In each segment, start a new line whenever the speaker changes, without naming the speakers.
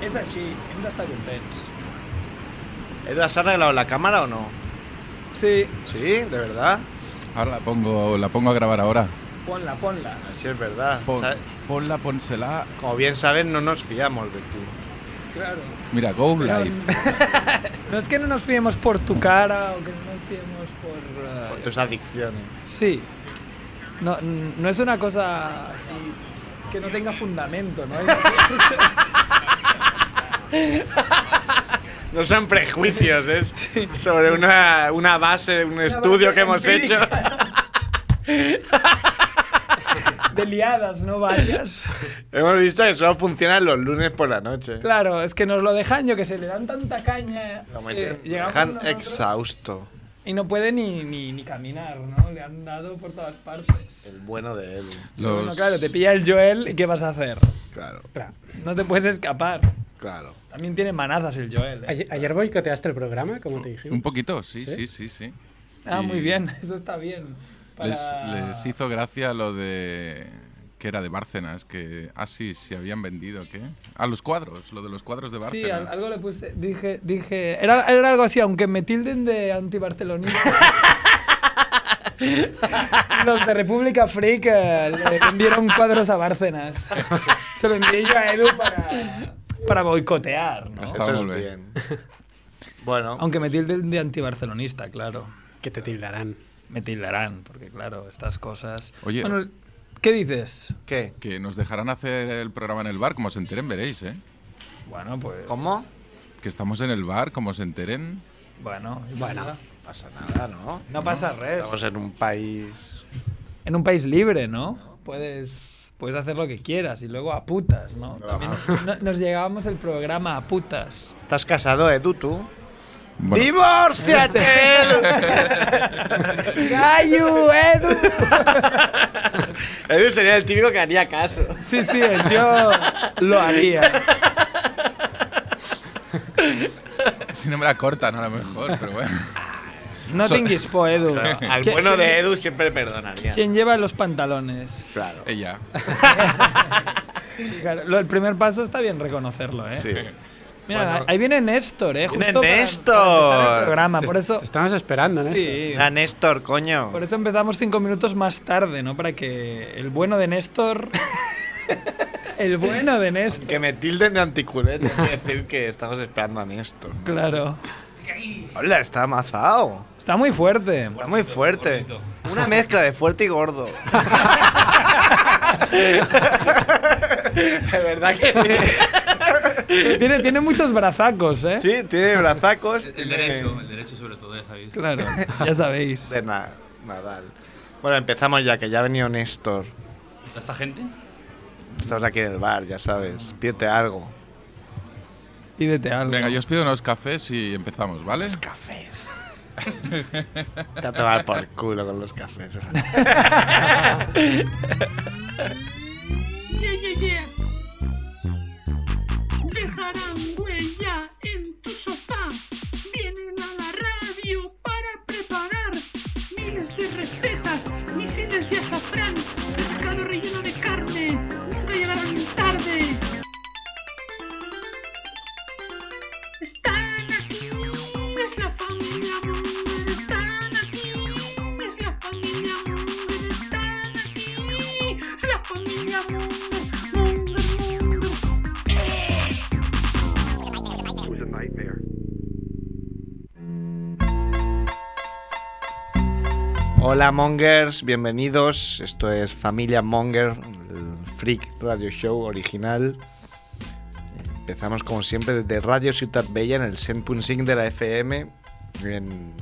és així, hem d'estar contents.
¿Edras ha arreglado la cámara o no?
Sí,
Sí, de verdad.
Ahora la pongo, la pongo a grabar ahora.
ponla, ponla.
Así es verdad.
Pon-
Sa-
ponla, pónsela.
Como bien sabes, no nos fiamos de ti.
Claro.
Mira, go
Pero
live.
No es que no nos fiemos por tu cara o que no nos fiemos por... eh,
Por tus adicciones.
Sí. No, no es una cosa así que no tenga fundamento, ¿no?
No son prejuicios, es sobre una, una base, un estudio
base
que hemos hecho.
empírica. De liadas, ¿no? Varias.
hemos visto que solo funcionan los lunes por la noche.
Claro, es que nos lo dejan, yo que sé, le dan tanta caña.
Lo
que
meten-
Eh, llegamos
dejan
nosotros
exhausto.
Y no puede ni, ni, ni caminar, ¿no? Le han dado por todas partes.
El bueno de él.
Los-
Bueno, claro, te pilla el Joel y ¿qué vas a hacer?
Claro,
Claro, No te puedes escapar.
claro.
También tiene manazas el Joel. ¿eh?
Ayer, ayer boicoteaste el programa, como te dijimos.
Un poquito, sí, sí, sí, sí.
Ah, muy
Y
bien, eso está bien.
Les,
Para-
les hizo gracia lo de que era de Bárcenas, que ah sí, se habían vendido, ¿qué? A los cuadros, lo de los cuadros de
Sí, al-
Bárcenas.
algo le puse, dije, dije, era, era algo así, aunque me tilden de antibarcelonista. Los de República Freak eh, le vendieron cuadros a Bárcenas. Se lo envié yo a Edu para, para boicotear, ¿no?
Está
Eso es
molt bé.
bien. Bueno,
Aunque me tilden de antibarcelonista, claro.
Que te tildarán.
Me tildarán, porque claro, estas cosas...
Oye.
Bueno, ¿qué dices?
¿qué?
Que nos dejarán hacer el programa en el bar, como se enteren, veréis, ¿eh?
Bueno, pues...
¿Cómo?
Que estamos en el bar, como se enteren.
Bueno,
Bueno.
bueno.
No pasa nada, ¿no?
No pasa res.
Estamos en un país.
En un país libre, ¿no? Puedes, puedes hacer lo que quieras y luego a putas, ¿no?
Ah.
También nos, no- nos llegábamos el programa a putas.
¿Estás casado, Edu, tú?
Bueno,
¡Divórciate!
¡Cayu, Edu!
Edu sería el típico que haría caso.
Sí, sí, el tío lo haría.
si no me la cortan a lo mejor, pero bueno.
No
So-
te enguispo, Edu.
Al
¿Qui-
bueno
quién-
de Edu siempre perdonaría.
¿Quién lleva los pantalones?
Claro.
Ella.
Claro, lo- el primer paso está bien reconocerlo, ¿eh?
Sí.
Mira,
Bueno.
ahí viene Néstor, ¿eh?
Viene
Justo para- para
Néstor.
empezar el programa, por eso...
Te estabas esperando, ¿no?
Sí.
A Néstor, coño.
Por eso empezamos cinco minutos más tarde, ¿no? Para que el bueno de Néstor. el bueno de Néstor.
Que me tilden de anticulete. Hay que decir que estamos esperando a Néstor.
Claro.
Hola, está amazado.
Está muy fuerte.
Está muy fuerte. Una mezcla de fuerte y gordo. de verdad que sí.
Tiene, tiene muchos brazacos, ¿eh?
Sí, tiene brazacos.
El derecho, el derecho sobre todo, ya sabéis.
Claro, ya sabéis.
De na- Nadal. Bueno, empezamos ya, que ya ha venido Néstor.
¿Toda esta gente?
Estamos aquí en el bar, ya sabes. Pídete algo.
Pídete algo.
Venga, yo os pido unos cafés y empezamos, ¿vale?
Cafés. Te va a tomar por culo con los cafés.
Yeah, yeah, yeah. Dejarán huella en tu sofá. Vienen a la radio para preparar miles de recetas, misiles de azafrán, pescado relleno de carne. Nunca llegarán tarde. Están aquí, es la familia Munger. Están aquí, es la familia Munger. Están aquí, es la familia Munger. Munger, Munger.
Hola Mongers, bienvenidos. Esto es Familia Monger, el Freak Radio Show original. Empezamos como siempre desde Radio Ciutat Bella en el 100.5 de la FM. En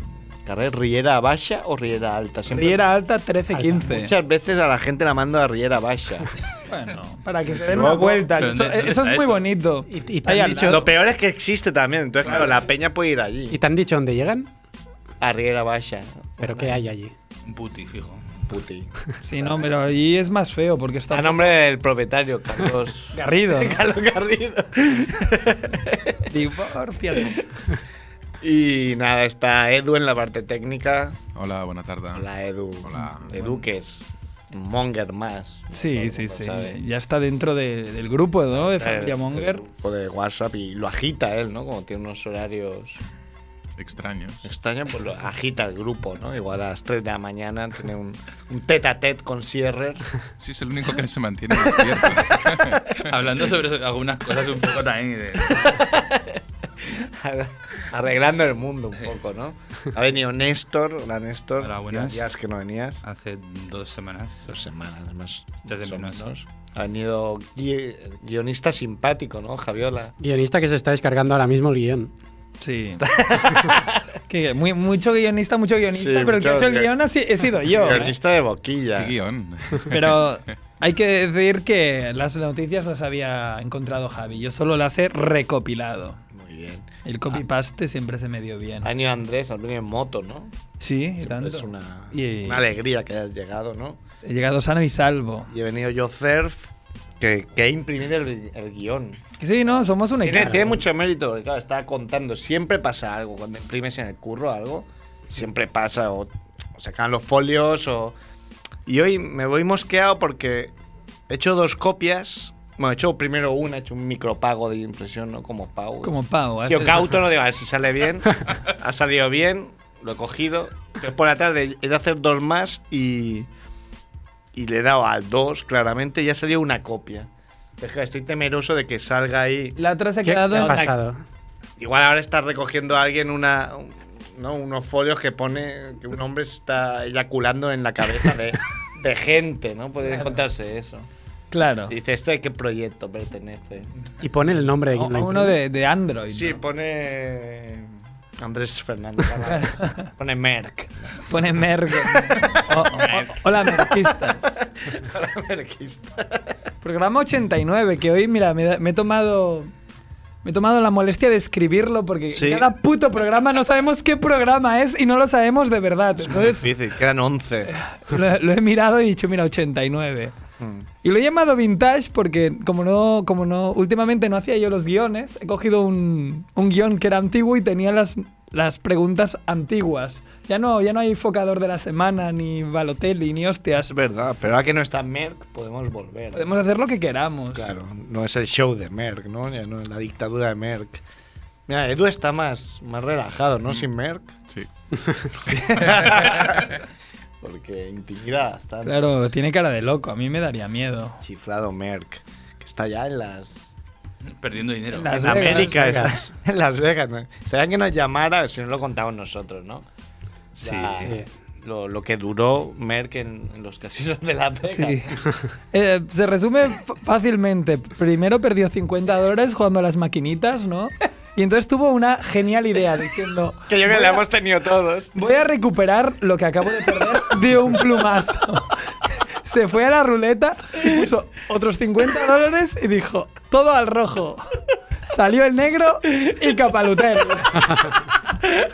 carrer Riera Baixa o Riera Alta. Siempre-
Riera Alta 1315.
Muchas veces a la gente la mando a Riera Baixa.
Bueno, para que se den
Luego-
una vuelta.
Pero
Eso,
¿dónde- dónde
eso es
está
muy
eso?
bonito.
Y- y te
Ahí
han
al
dicho-
lado.
Lo peor es que existe también, entonces claro, la peña puede ir
¿Y
allí.
te han dicho dónde llegan?
A Riera Baixa.
¿Pero qué hay allí?
Un puti, fijo.
Puti.
Sí, no, pero allí es más feo porque está.
A nombre del propietario, Carlos.
Garrido. ¿no?
Carlos Garrido.
Divórciate.
Y nada, está Edu en la parte técnica.
Hola, buena tarde.
Hola, Edu.
Hola.
Edu, ¿qué es? Monger más.
Sí, sí,
Lo
sí.
sabe.
Ya está dentro de- del grupo, ¿no? De
Eh,
Familia Monger.
O de WhatsApp y lo agita él, ¿no? Como tiene unos horarios
Extraños.
extraños, pues lo agita el grupo, ¿no? Igual a las 3 de la mañana tiene un, un tete a tete con Sierrer.
Sí, es el único que se mantiene despierto.
Hablando sobre eso- algunas cosas un poco también de...
arreglando el mundo un poco, ¿no? Ha venido Néstor, hola Néstor.
Hola, buenas.
Ya es que no venías.
Hace dos semanas.
Dos semanas más.
Ya es de
más o
menos.
Ha venido gui- guionista simpático, ¿no? Javiola.
Guionista que se está descargando ahora mismo el guión.
Sí. que muy, mucho guionista, mucho guionista,
Sí,
pero el que
mucho
ha hecho el
guio-
guión ha, si- he sido yo. ¿eh?
guionista de boquilla.
¿Qué guión?
Pero hay que decir que las noticias las había encontrado Javi. Yo solo las he recopilado.
Muy bien.
El copy-paste
Ah.
siempre se me dio bien.
Ha venido Andrés, ha venido en moto, ¿no?
Sí, y
Siempre
tanto.
Es una,
Y-
una alegría que hayas llegado, ¿no?
He llegado sano y salvo.
Y he venido yo, Cerf, que, que he imprimido el, el guión.
Que Sí, no, somos una
Tiene,
equipo.
tiene mucho mérito, porque claro, estaba contando, siempre pasa algo, cuando imprimes en el curro algo, siempre pasa, o, o sacan los folios, o... Y hoy me voy mosqueado porque he hecho dos copias, bueno, he hecho primero una, he hecho un micropago de impresión, ¿no? Como pago.
Como Pau.
Yo
haces-
cauto, no digo, a ver si sale bien, ha salido bien, lo he cogido, entonces por la tarde he de hacer dos más y... Y le he dado al dos, claramente, y ha salido una copia. Es que estoy temeroso de que salga ahí...
La otra se ha
¿Qué, qué ha
quedado.
pasado?
Igual ahora está recogiendo a alguien una, un- ¿no? unos folios que pone que un hombre está eyaculando en la cabeza de, de gente, ¿no? Puede encontrarse eso.
Claro.
Dice, ¿esto de qué proyecto pertenece?
Y pone el nombre de
O-
quien la
Uno
imprime.
de, de Android.
Sí,
¿no?
pone Andrés Fernández. Arauz. pone Merck.
Pone Merck. O- o- o- hola, Merquistas.
Para Merckista.
Programa 89, que hoy, mira, me, da- me he tomado. Me he tomado la molestia de escribirlo porque
Sí.
cada puto programa no sabemos qué programa es y no lo sabemos de verdad. Entonces
difícil, quedan 11.
lo, lo he mirado y he dicho, mira, 89. Y lo he llamado vintage porque como no, como no, últimamente no hacía yo los guiones, he cogido un, un guión que era antiguo y tenía las, las preguntas antiguas. Ya no, ya no hay focador de la semana, ni Balotelli, ni hostias.
Es verdad, pero ahora que no está Merck, podemos volver.
Podemos hacer lo que queramos.
Claro, no es el show de Merck, ¿no? Ya no es la dictadura de Merck. Mira, Edu está más, más relajado, ¿no? Sin Merck.
Sí.
Porque intimida bastante.
Claro, tiene cara de loco, a mí me daría miedo.
Chiflado Merck. Que está ya en las.
Perdiendo dinero.
Las
en
Vegas.
América,
Las
está- en Las Vegas. ¿no? Estaría que nos llamara, si no lo contamos nosotros, ¿no?
Sí,
Ya,
sí.
Lo, lo que duró Merck en, en los casinos de Las Vegas.
Sí. Eh, se resume f- fácilmente. Primero perdió 50 dólares jugando a las maquinitas, ¿no? Y entonces tuvo una genial idea diciendo...
Que yo
"Voy
creo que la
a-
hemos tenido todos.
Voy a recuperar lo que acabo de perder de un plumazo. Se fue a la ruleta y puso otros 50 dólares y dijo, todo al rojo. Salió el negro y capalutel.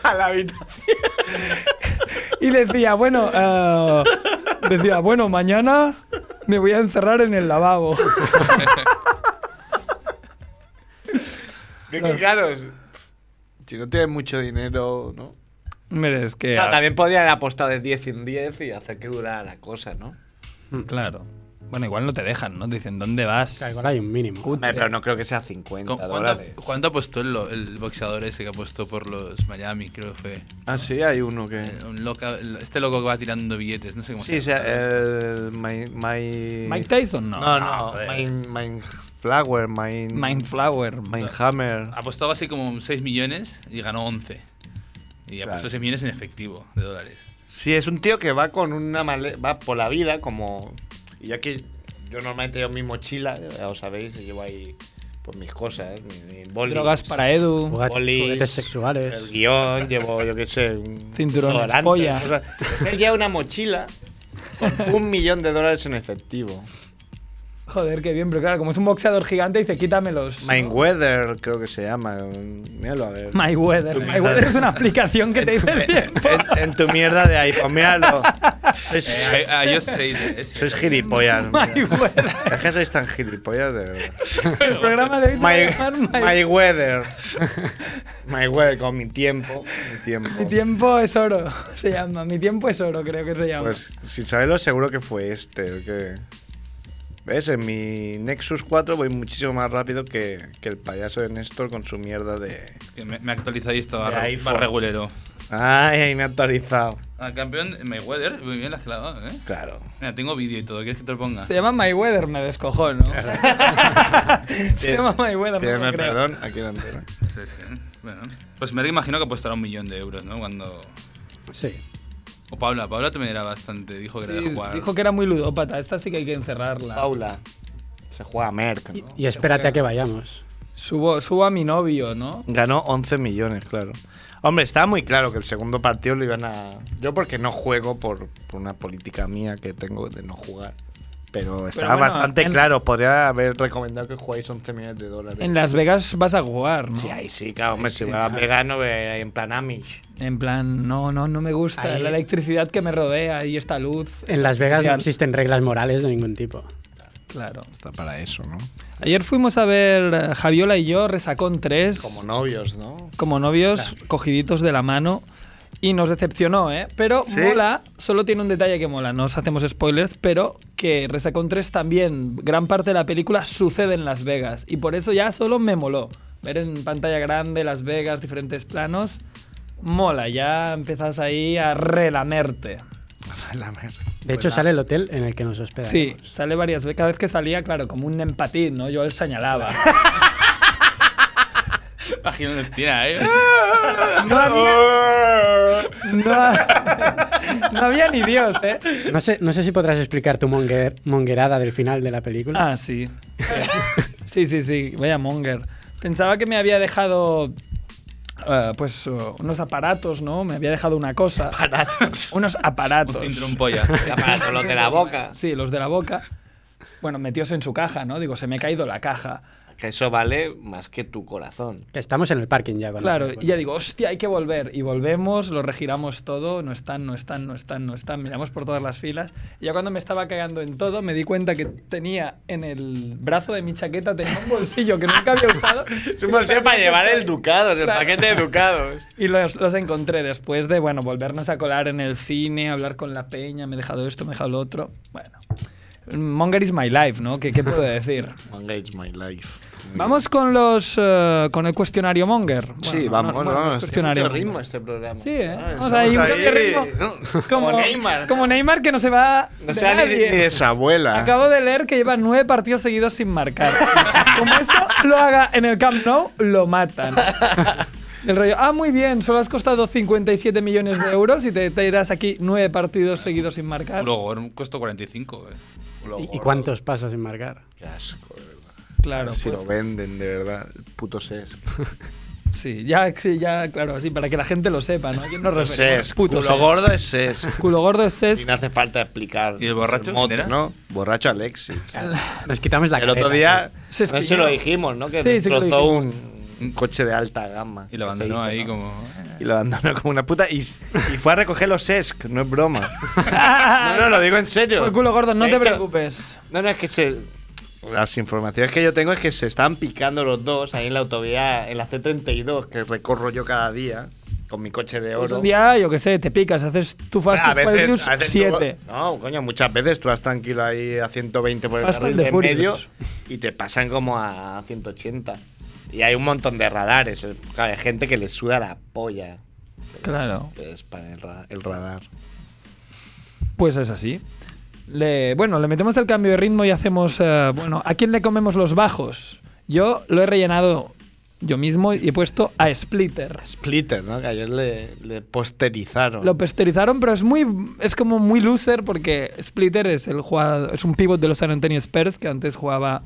A la habitación.
Y decía, bueno, eh, decía, bueno, mañana me voy a encerrar en el lavabo.
Que, que claro, si no tienes mucho dinero, ¿no?
Hombre, es que...
Claro, también podría haber apostado de 10 en 10 y hacer que durara la cosa, ¿no?
Claro. Bueno, igual no te dejan, ¿no? Te dicen, ¿dónde vas?
Claro, igual hay un mínimo.
Hombre, pero no creo que sea
¿Cu-
50 dólares.
¿Cuánto, cuánto apostó el, lo- el boxeador ese que apostó por los Miami? Creo que fue.
Ah, sí, hay uno que.
Eh, un loca- el- este loco que va tirando billetes, no sé cómo
Sí,
se llama.
el. My, my-
¿Mike Tyson? No. Ah,
No, no.
joder.
Mine- Mindflower, Mine.
Mindflower.
Mindhammer.
Apostó así como 6 millones y ganó 11. Y apostó
Claro.
6 millones en efectivo de dólares.
Sí, es un tío que va con una maleta. Va por la vida como. Y yo aquí. Yo normalmente llevo mi mochila, ya lo sabéis, y llevo ahí. Pues mis cosas, mis, mis bolis.
Drogas para Edu.
Juguet-
bolis,
Juguetes
El
sexuales.
guión, llevo, yo qué sé, un
Cinturón de
desodorante,
polla.
cosas. Pues él lleva una mochila con un millón de dólares en efectivo.
Joder, qué bien, pero claro, como es un boxeador gigante, dice quítamelos.
Mindweather, creo que se llama. Míralo a ver.
My Weather. My Weather es una aplicación que te dice el tiempo.
En, en tu mierda de iPhone, míralo. Sois,
Eh, a- a iOS 6. es cierto.
sois gilipollas.
My
mira.
Weather.
Es que sois tan gilipollas de verdad.
El programa de hoy se va a llamar
My,
My,
my weather. My weather, con mi tiempo. Mi tiempo.
Mi tiempo es oro, se llama. Mi tiempo es oro, creo que se llama.
Pues sin saberlo, seguro que fue este. el que- ¿Ves? En mi Nexus 4 voy muchísimo más rápido que, que el payaso de Néstor con su mierda de.
Que Me, me actualizáis y estaba
De
re-
iPhone.
más regulero.
Ay, ay, me ha actualizado.
Ah, campeón Mayweather, muy bien la has clavado, ¿eh?
Claro.
Mira, tengo vídeo y todo, ¿quieres que te lo ponga?
Se llama My Weather, me descojó, ¿no? se llama My Weather, no
Pídeme
lo creo.
perdón, aquí la antena.
Sí, sí. Bueno, pues me imagino que apostará un millón de euros, ¿no? Cuando...
Sí.
O Paula, Paula también era bastante, dijo que era de
Sí,
jugar.
dijo que era muy ludópata, esta sí que hay que encerrarla.
Paula. Se juega a Merck. ¿no?
Y espérate a que vayamos.
Subo, subo a mi novio, ¿no?
Ganó 11 millones, claro. Hombre, estaba muy claro que el segundo partido lo iban a. Yo, porque no juego por, por una política mía que tengo de no jugar. Pero estaba
bueno,
bastante
en-
claro. Podría haber recomendado que jugáis 11 millones de dólares.
En Las Vegas vas a jugar, ¿no?
Sí, ahí sí, claro, hombre, si va vegano ve- en plan Amish.
En plan, no, no, no me gusta
Ahí-
la electricidad que me rodea y esta luz.
En Las Vegas no
Genial.
existen reglas morales de ningún tipo.
Claro.
Está para eso, ¿no?
Ayer fuimos a ver eh, Javiola y yo, Resacón 3,
Como novios, ¿no?
como novios, cogiditos de la mano. Y nos decepcionó, ¿eh? Pero
¿Sí?
mola, solo tiene un detalle que mola, no os hacemos spoilers, pero que Resacón 3 también, gran parte de la película sucede en Las Vegas. Y por eso ya solo me moló. Ver en pantalla grande Las Vegas, diferentes planos, mola, ya empiezas ahí a relamerte.
La merda.
De hecho, sale el hotel en el que nos hospedamos.
Pues Sí, sale varias veces. Cada vez que salía, claro, como un empatín, ¿no? Yo él señalaba.
Imagino una esquina, ¿eh?
No había, no- no había ni Dios, ¿eh?
No sé, no sé si podrás explicar tu monger- monguerada del final de la película.
Ah, sí. Sí, sí, sí. Vaya monger. Pensaba que me había dejado, eh, pues, eh, unos aparatos, ¿no? Me había dejado una cosa. ¿Aparatos? Unos
Un
aparatos.
cinturón polla.
Para los de la boca.
Sí, los de la boca. Bueno, metidos en su caja, ¿no? Digo, se me ha caído la caja.
Que eso vale más que tu corazón.
Que Estamos en el parking ya. cuando-
Claro, y ya digo, hostia, hay que volver. Y volvemos, lo regiramos todo, no están, no están, no están, no están, miramos por todas las filas. Y ya cuando me estaba cagando en todo, me di cuenta que tenía en el brazo de mi chaqueta tenía un bolsillo que nunca había usado.
ducados,
Claro.
de ducados.
Y los, los encontré después de, bueno, volvernos a colar en el cine, hablar con la peña, me he dejado esto, me he dejado lo otro. Bueno, Monger is my life, ¿no? ¿Qué, qué puedo decir?
Manga is my life.
Vamos con los eh, con el cuestionario Monger.
Sí,
Bueno,
vamos,
no, bueno, no es
vamos.
cuestionario Monger.
este programa.
Sí, ¿eh? Vamos ahí, un cambio de ritmo. Como, como Neymar que no se va
No
de
sea ni,
nadie.
ni de su abuela.
Acabo de leer que lleva nueve partidos seguidos sin marcar. como eso lo haga en el Camp Nou, lo matan. El rollo, ah, muy bien, solo has costado 57 millones de euros y te, te irás aquí nueve partidos seguidos sin marcar.
Luego, costó 45, ¿eh?
¿Y, y cuántos pasos sin marcar?
Qué asco, de verdad.
Claro,
Si
pues,
lo venden, de verdad. El Puto ses.
sí, ya, sí, ya, claro, así, para que la gente lo sepa, ¿no? Aquí nos referimos,
ses.
puto
Culo
ses.
gordo es ses.
Culo gordo es ses.
Y no hace falta explicar.
¿Y el borracho
mote,
quién era?
¿no? Borracho Alexis.
Nos quitamos la
El otro
careta,
día.
Se
no sé si
espiñó.
lo dijimos, ¿no? Que
Sí, sí que lo
destrozó un, un coche de alta gama.
Y lo
que se
abandonó
dice,
ahí
¿no?
como... eh,
Y lo abandonó como una puta. Y, y fue a recoger los sesc, no es broma. no, no, lo digo en serio.
Pues, culo gordo, no
De
te
hecho,
preocupes.
No, no, es que se. Las informaciones que yo tengo es que se están picando los dos ahí en la autovía, en la C32, que recorro yo cada día con mi coche de
Pues
oro. Ah,
un día, yo qué sé, te picas, haces tu Fast
a
and
veces,
Furious
a veces
7.
tú- no, coño, muchas veces tú vas tranquilo ahí a 120 por el
Fast
carril
and the
de en medio
Furious.
y te pasan como a 180. Y hay un montón de radares. eh, Claro, hay gente que le suda la polla.
Claro.
Es para el, ra- el radar.
Pues es así. Le- bueno, le metemos el cambio de ritmo y hacemos. eh, bueno, ¿a quién le comemos los bajos? Yo lo he rellenado yo mismo y he puesto a Splitter.
Splitter, ¿no? Que ayer le, le posterizaron.
Lo posterizaron, pero es muy es como muy loser porque Splitter es el jugador, es un pivot de los San Antonio Spurs que antes jugaba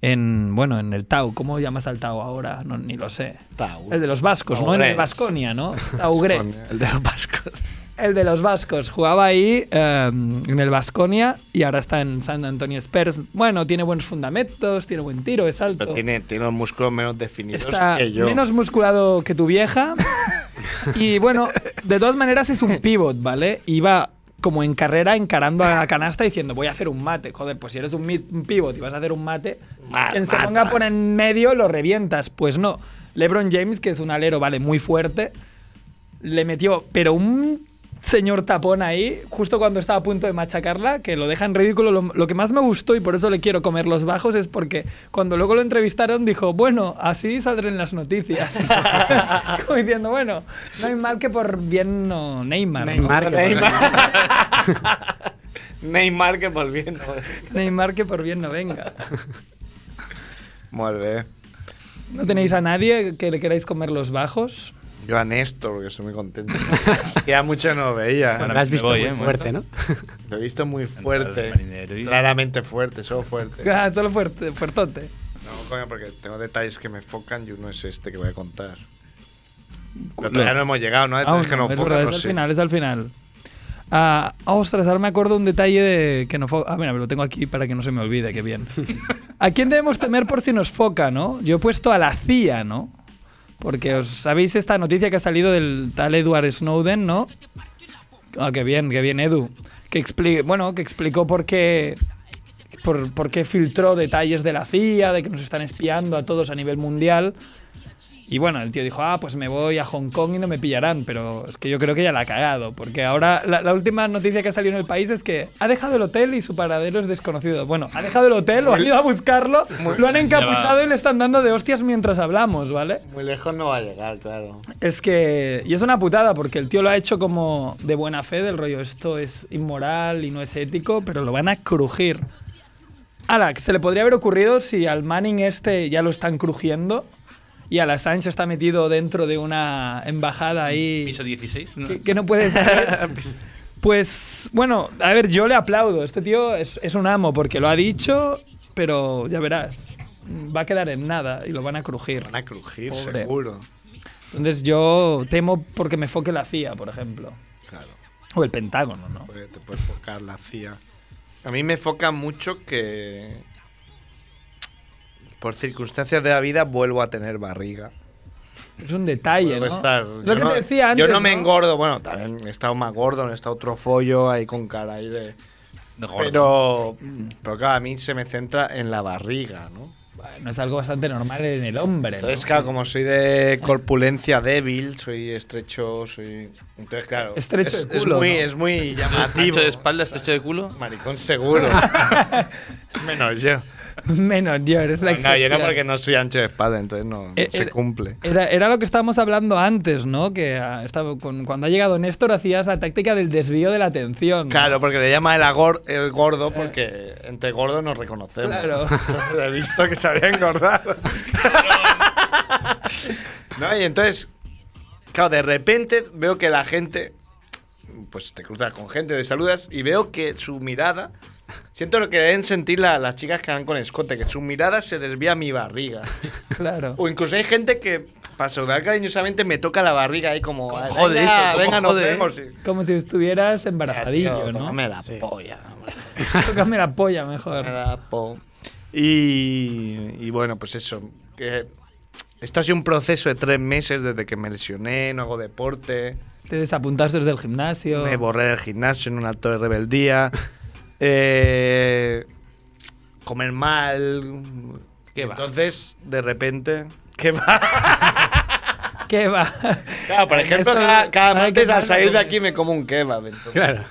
en bueno, en el Tau, ¿cómo llamas al Tau ahora? No, ni lo sé.
Tau.
El de los vascos, ¿no? En el
Taugres.
Vasconia, ¿no? Taugres.
El de los vascos.
El de los vascos. Jugaba ahí eh, en el Vasconia y ahora está en San Antonio Spurs. Bueno, tiene buenos fundamentos, tiene buen tiro, es alto.
Pero tiene, tiene los músculos menos definidos
Está
que yo.
menos musculado que tu vieja. y bueno, de todas maneras es un pivot, ¿vale? Y va como en carrera encarando a la canasta diciendo voy a hacer un mate. Joder, pues si eres un, mid- un pivot y vas a hacer un mate,
Mal,
quien se
mal,
ponga
mal.
por en medio lo revientas. Pues no. LeBron James, que es un alero, vale, muy fuerte, le metió, pero un señor tapón ahí, justo cuando estaba a punto de machacarla, que lo deja en ridículo. Lo, lo que más me gustó y por eso le quiero comer los bajos es porque cuando luego lo entrevistaron dijo, bueno, así saldrán las noticias. Como diciendo, bueno, no hay mal que por bien no Neymar. ¿no?
Neymar, que por-
Neymar que volviendo.
Neymar que por bien no venga.
Molt bé.
¿No tenéis a nadie que le queráis comer los bajos?
Yo a Néstor, que estoy muy contento. Ya mucho no veía.
Bueno,
Lo has
me
visto
voy,
muy
eh, me
fuerte, ¿no?
voy.
Lo he visto muy
Entrada
fuerte.
de marinero y-
Claramente fuerte, solo fuerte.
Ah, solo fuerte, fuertote.
No, coño, porque tengo detalles que me focan y uno es este que voy a contar. Pero todavía no hemos llegado, ¿no?
Aún
Detalles que
no,
no
es
focan,
Ah, verdad,
no
es al
sé.
final, es al final. Ah, ostras, ahora me acuerdo un detalle de que no fo- Ah, mira, lo tengo aquí para que no se me olvide, qué bien. ¿A quién debemos temer por si nos foca, no? Yo he puesto a la CIA, ¿no? Porque os sabéis esta noticia que ha salido del tal Edward Snowden, ¿no? Ah, qué bien, qué bien, Edu. Que expli- bueno, que explicó por qué, por, por qué filtró detalles de la CIA, de que nos están espiando a todos a nivel mundial. Y bueno, el tío dijo, ah, pues me voy a Hong Kong y no me pillarán, pero es que yo creo que ya la ha cagado, porque ahora la, la última noticia que ha salido en el país es que ha dejado el hotel y su paradero es desconocido. Bueno, ha dejado el hotel, lo han ido a buscarlo, lo han encapuchado y le están dando de hostias mientras hablamos, ¿vale?
Muy lejos no va a llegar, claro.
Es que. Y es una putada, porque el tío lo ha hecho como de buena fe, del rollo, esto es inmoral y no es ético, pero lo van a crujir. Ala, que se le podría haber ocurrido si al Manning este ya lo están crujiendo y al Assange está metido dentro de una embajada ahí
Piso 16. ¿no?
que, que no puede ser. Pues bueno, a ver, yo le aplaudo. Este tío es, es un amo porque lo ha dicho, pero ya verás, va a quedar en nada y lo van a crujir.
Van a crujir,
Pobre.
seguro.
Entonces yo temo porque me foque la CIA, por ejemplo.
Claro.
O el Pentágono, ¿no?
Porque te puede focar la CIA. A mí me foca mucho que por circunstancias de la vida vuelvo a tener barriga.
Es un detalle,
Vuelvo
¿no?
a estar-
Es
yo
Lo que
no-
te decía antes.
Yo no me engordo, bueno, también he estado más gordo, he estado otro follo ahí con cara ahí de...
De gordo.
Pero, pero claro, a mí se me centra en la barriga, ¿no?
Bueno, es algo bastante normal en el hombre. ¿no?
Entonces, claro, como soy de corpulencia débil, soy estrecho, soy... Entonces, claro,
Estrecho
es,
de
es
culo,
muy,
¿no?
es muy llamativo.
Ancho de espaldas, pecho de culo.
Maricón seguro. Menos yo.
Menos yo, eres la
No, yo no
excepción.
porque no soy ancho de espalda, entonces no, no
Eh,
se
eh,
cumple.
Era, era lo que estábamos hablando antes, ¿no? Que ah, estaba con- cuando ha llegado Néstor hacías la táctica del desvío de la atención. ¿no?
Claro, porque le llama el, agor- el gordo porque entre gordos nos reconocemos.
Claro.
He visto que se había engordado. no, y entonces, claro, de repente veo que la gente, pues te cruzas con gente, te saludas y veo que su mirada, siento lo que deben sentir la- las chicas que van con escote, que su mirada se desvía a mi barriga.
Claro.
O incluso hay gente que, para saludar cariñosamente, me toca la barriga ahí como... "Ah,
jode
venga,
eso, como
venga, nos
jode, ¿eh?"
vemos. Sí.
Como si estuvieras embarazadillo,
Tío,
¿no?
tócame la
Sí.
polla.
Tócame la polla mejor.
Era po. Y, y bueno, pues eso. que esto ha sido un proceso de tres meses desde que me lesioné, no hago deporte,
Te desapuntaste desde el gimnasio.
me borré del gimnasio en un acto de rebeldía, eh, comer mal.
¿Qué va?
Entonces, de repente. ¿Qué va?
¿Qué va?
Claro, por ejemplo,
Esto-
cada, cada
Ay, qué
martes al
mal
salir de
comes.
aquí me como un kebab. Entonces,
Claro.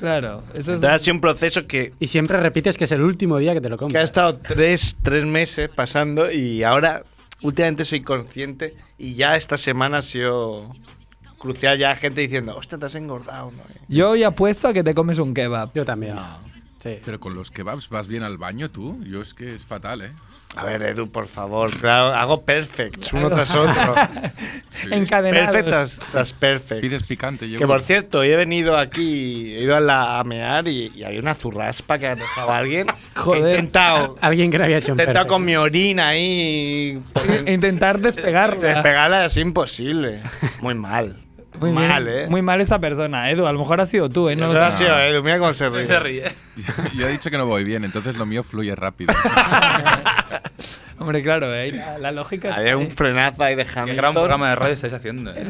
Claro, eso es.
Entonces ha sido un proceso que
Y siempre repites que es el último día que te lo
que ha
compras.
estado tres, tres meses pasando y ahora últimamente soy consciente y ya esta semana ha sido crucial ya gente diciendo, hostia, te has engordado. ¿no?
Yo hoy apuesto a que te comes un kebab.
Yo también. Sí.
Pero con los kebabs vas bien al baño tú. Yo es que es fatal, ¿eh?
A ver, Edu, por favor, claro, hago perfects uno tras otro.
Sí.
Encadenados.
perfect tras, tras perfect.
Pides picante, yo.
Que por cierto, he venido aquí, he ido a, la, a mear y, y había una zurraspa que ha dejado alguien.
Joder.
He intentado,
Alguien que lo había hecho
he
en
intentado
Ah, perfecto.
con mi orina ahí.
E- Intentar despegarla.
Despegarla es imposible. Muy mal. Muy mal, ¿eh?
Muy mal esa persona, Edu. A lo mejor has sido tú, ¿eh? No lo
Gracias,
sé.
Edu, mira cómo se ríe.
Se ríe.
Yo he dicho que no voy bien, entonces lo mío fluye rápido.
Hombre, claro, ¿eh? La, la lógica
Había
es.
un frenazo ahí de
Qué gran
Hamilton.
programa de radio estáis haciendo. ¿eh?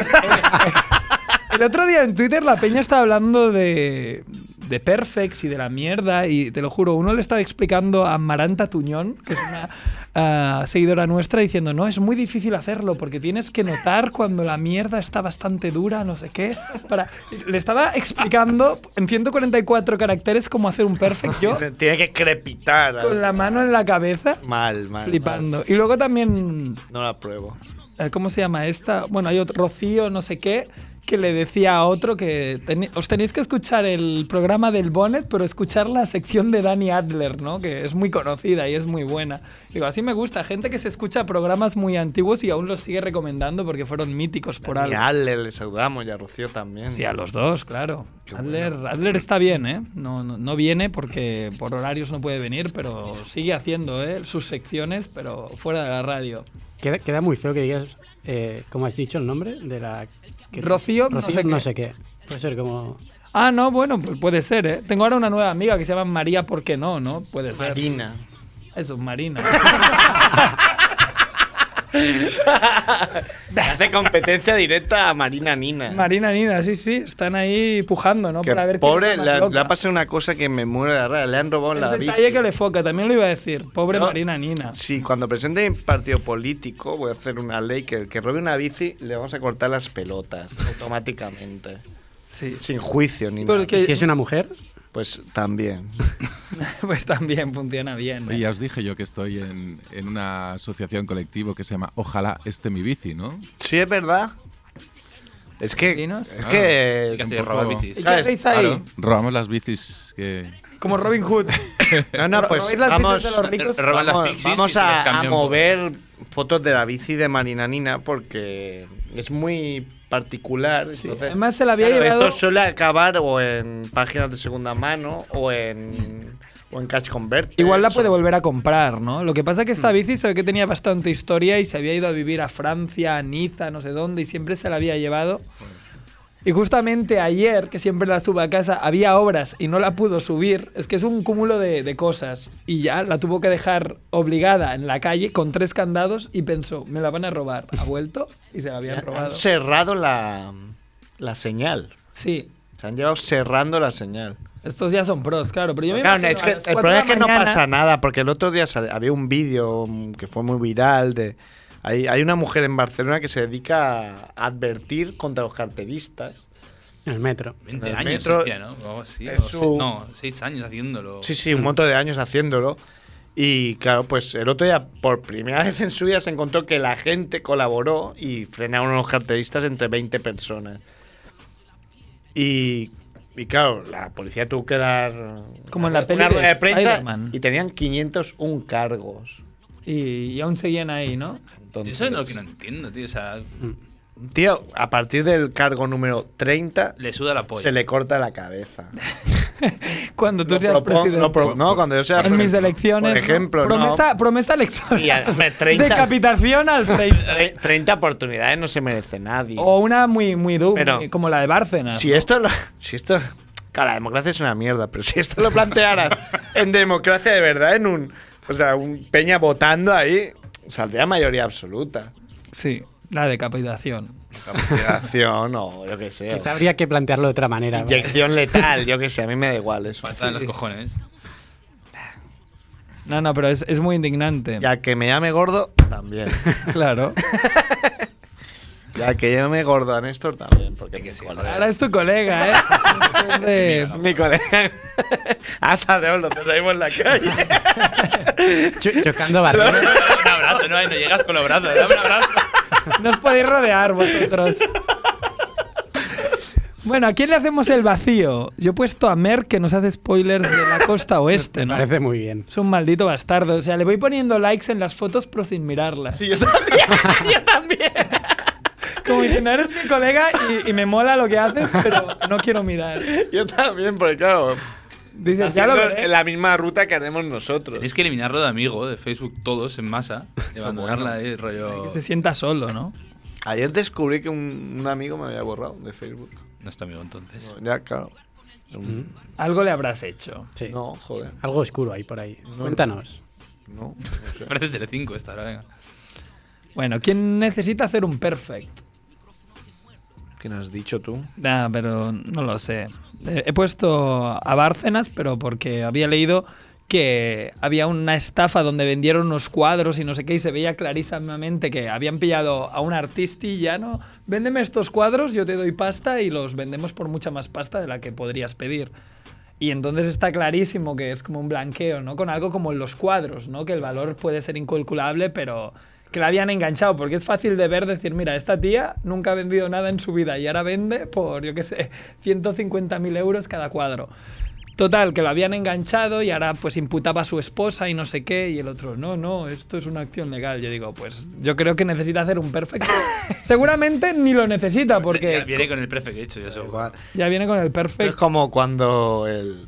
El otro día en Twitter la peña estaba hablando de, de Perfects y de la mierda y te lo juro, uno le estaba explicando a Maranta Tuñón, que es una ah, seguidora nuestra, diciendo, no, es muy difícil hacerlo porque tienes que notar cuando la mierda está bastante dura, no sé qué. Para... Le estaba explicando en 144 caracteres cómo hacer un Perfect yo
Tiene que crepitar.
con la mano en la cabeza.
Mal, mal.
Flipando. Y luego también
mal. No la apruebo.
eh, ¿Cómo se llama esta? Bueno, hay otro, Rocío, no sé qué, que le decía a otro que teni- os tenéis que escuchar el programa del Bonnet, pero escuchar la sección de Dani Adler, ¿no? Que es muy conocida y es muy buena. Digo, así me gusta, gente que se escucha programas muy antiguos y aún los sigue recomendando porque fueron míticos por algo.
Mira, le, le saludamos y a Rocío también.
Sí, a los dos, claro. Adler, Adler está bien, ¿eh? No, no, no viene porque por horarios no puede venir, pero sigue haciendo ¿eh? sus secciones, pero fuera de la radio.
Queda, queda muy feo que digas, eh, ¿cómo has dicho el nombre? De la... que-
Rocío, no sé qué.
no sé qué. Puede ser como...
Ah, no, bueno, pues puede ser, ¿eh? Tengo ahora una nueva amiga que se llama María, ¿por qué no? ¿No? Puede ser.
Marina.
Eso, Marina.
Hace competencia directa a Marina Nina.
Marina, Nina, sí, sí, están ahí pujando, ¿no?
Que
Para ver quién
pobre,
es la más
le,
loca.
le ha pasado una cosa que me muero de la rara. Le han robado
El
la bici.
detalle que le foca, también lo iba a decir. Pobre
No.
Marina, Nina.
Sí, cuando presente un partido político, voy a hacer una ley que el que robe una bici le vamos a cortar las pelotas automáticamente.
Sí.
Sin juicio ni nada.
Porque,
Si es una mujer,
Pues también.
pues también funciona bien. ¿eh?
Oye, ya os dije yo que estoy en, en una asociación colectivo que se llama Ojalá este mi bici, ¿no?
Sí, es verdad. Es que.
Dinos.
Es
Ah,
que.
Hay que
un
hacer
poco-
robar bicis.
¿Y qué
¿sabes?
hacéis ahí?
Claro, robamos las bicis que...
Como Robin Hood.
No, no,
Ro-
pues
¿robáis las bicis
vamos,
de los ricos?
Eh, Roban las
vamos-
pixies
vamos
y se las
a, a
cambian por-
mover fotos de la bici de Marina Nina porque es muy particular. entonces-
Además, se la había
Claro,
llevado-
Esto suele acabar o en páginas de segunda mano o en, o en Cash Convert.
Igual la puede volver a comprar, ¿no? Lo que pasa es que
Mm.
esta bici se ve que tenía bastante historia y se había ido a vivir a Francia, a Niza, no sé dónde, y siempre se la había llevado. Y justamente ayer, que siempre la subo a casa, había obras y no la pudo subir. Es que es un cúmulo de, de cosas. Y ya la tuvo que dejar obligada en la calle con tres candados y pensó, me la van a robar. Ha vuelto y se la habían
Han
robado.
cerrado la, la señal.
Sí,
Se han llevado cerrando la señal.
estos ya son pros, claro. Pero yo me
Claro,
imagino
es
a
que
las
el
cuatro
problema
de
es que
la mañana-
no pasa nada, porque el otro día sal- había un vídeo mm, que fue muy viral de... Hay, hay una mujer en Barcelona que se dedica a advertir contra los carteristas.
en el metro.
20
El
años,
metro-
hacía, ¿no? O algo así,
es
o se-
un-
No, 6 años haciéndolo.
Sí, sí, un montón de años haciéndolo. Y claro, pues el otro día, por primera vez en su vida, se encontró que la gente colaboró y frenaron a los carteristas entre 20 personas. Y, y claro, la policía tuvo que dar.
Como en la
una
peli de
rueda de prensa
Spider-Man.
y tenían 501 cargos.
Y, y aún seguían ahí, ¿no?
Yo
Entonces,
Eso es lo que no entiendo, tío. O sea,
Tío, a partir del cargo número 30
le suda la polla.
se le corta la cabeza.
Cuando tú
Lo
seas
propon-
presidente.
lo pro- no, cuando yo sea
en mis
presidente,
elecciones.
Por ejemplo,
¿no?
no.
promesa, promesa electoral.
Y, hombre, 30.
Decapitación al frente.
Tre- 30 eh, oportunidades no se merece nadie.
o una muy, muy dura,
Pero-
muy- como la de Bárcenas.
Si esto lo, si esto claro, la democracia es una mierda, pero si esto lo plantearas en democracia de verdad, en un o sea, un peña votando ahí, saldría mayoría absoluta.
Sí, la decapitación.
Acción o yo qué sé.
Quizá habría que plantearlo de otra manera. ¿vale?
Inyección letal, yo qué sé, a mí me da igual eso.
Faltan los cojones.
No, no, pero es, es muy indignante.
Ya que me llame gordo, también.
Claro.
Ya que llame gordo a Néstor, también. Porque
Es que
mi
sí,
colega-
Ahora es tu colega, ¿eh? Entonces,
mi colega. Hasta de lo salimos en la calle.
Cho- chocando barreras.
un abrazo, no, ahí no llegas con los brazos. Dame un abrazo.
no os podéis rodear vosotros. Bueno, ¿a quién le hacemos el vacío? Yo he puesto a Merck que nos hace spoilers de la costa oeste, ¿no?
Parece muy bien.
Es un maldito bastardo. O sea, le voy poniendo likes en las fotos pero sin mirarlas.
Sí, yo también.
Como diciendo, eres mi colega y, y me mola lo que haces, pero no quiero mirar.
Yo también, porque claro.
Dices, ya
haciendo
lo veré.
la misma ruta que haremos nosotros.
Tenéis que eliminarlo de amigo, de Facebook, todos en masa. Y abandonarla ahí, eh, rollo.
Que se sienta solo, ¿no?
Ayer descubrí que un, un amigo me había borrado de Facebook.
No está amigo entonces.
No, ya, claro.
Mm,
Algo le habrás hecho.
sí.
No, joder.
Algo oscuro hay por ahí.
No.
Cuéntanos.
No.
Parece Telecinco esta ahora, venga.
Bueno, ¿quién necesita hacer un perfect?
¿Qué nos has dicho tú?
Nah, pero no lo sé. Eh, He puesto a Bárcenas, pero porque había leído que había una estafa donde vendieron unos cuadros y no sé qué, y se veía clarísimamente que habían pillado a un artista y ya no. Véndeme estos cuadros, yo te doy pasta y los vendemos por mucha más pasta de la que podrías pedir. Y entonces está clarísimo que es como un blanqueo, ¿no? Con algo como en los cuadros, ¿no? Que el valor puede ser incalculable, pero que la habían enganchado, porque es fácil de ver, decir, mira, esta tía nunca ha vendido nada en su vida y ahora vende por, yo qué sé, 150.000 euros cada cuadro. Total, que lo habían enganchado y ahora pues imputaba a su esposa y no sé qué, y el otro, no, no, esto es una acción legal. Yo digo, pues yo creo que necesita hacer un perfecto. Seguramente ni lo necesita,
Ya Viene
porque
con el prefe que he hecho, yo seguro.
Igual.
ya viene con el
Esto es
perfecto.
como cuando el,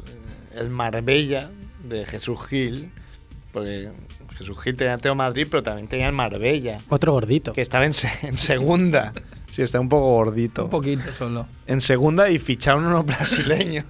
el Marbella de Jesús Gil, porque Jesús Gil tenía Teo Madrid, pero también tenía el Marbella,
Otro gordito.
que estaba en, se- en segunda. Sí, está un poco gordito.
Un poquito solo.
En segunda y ficharon unos brasileños.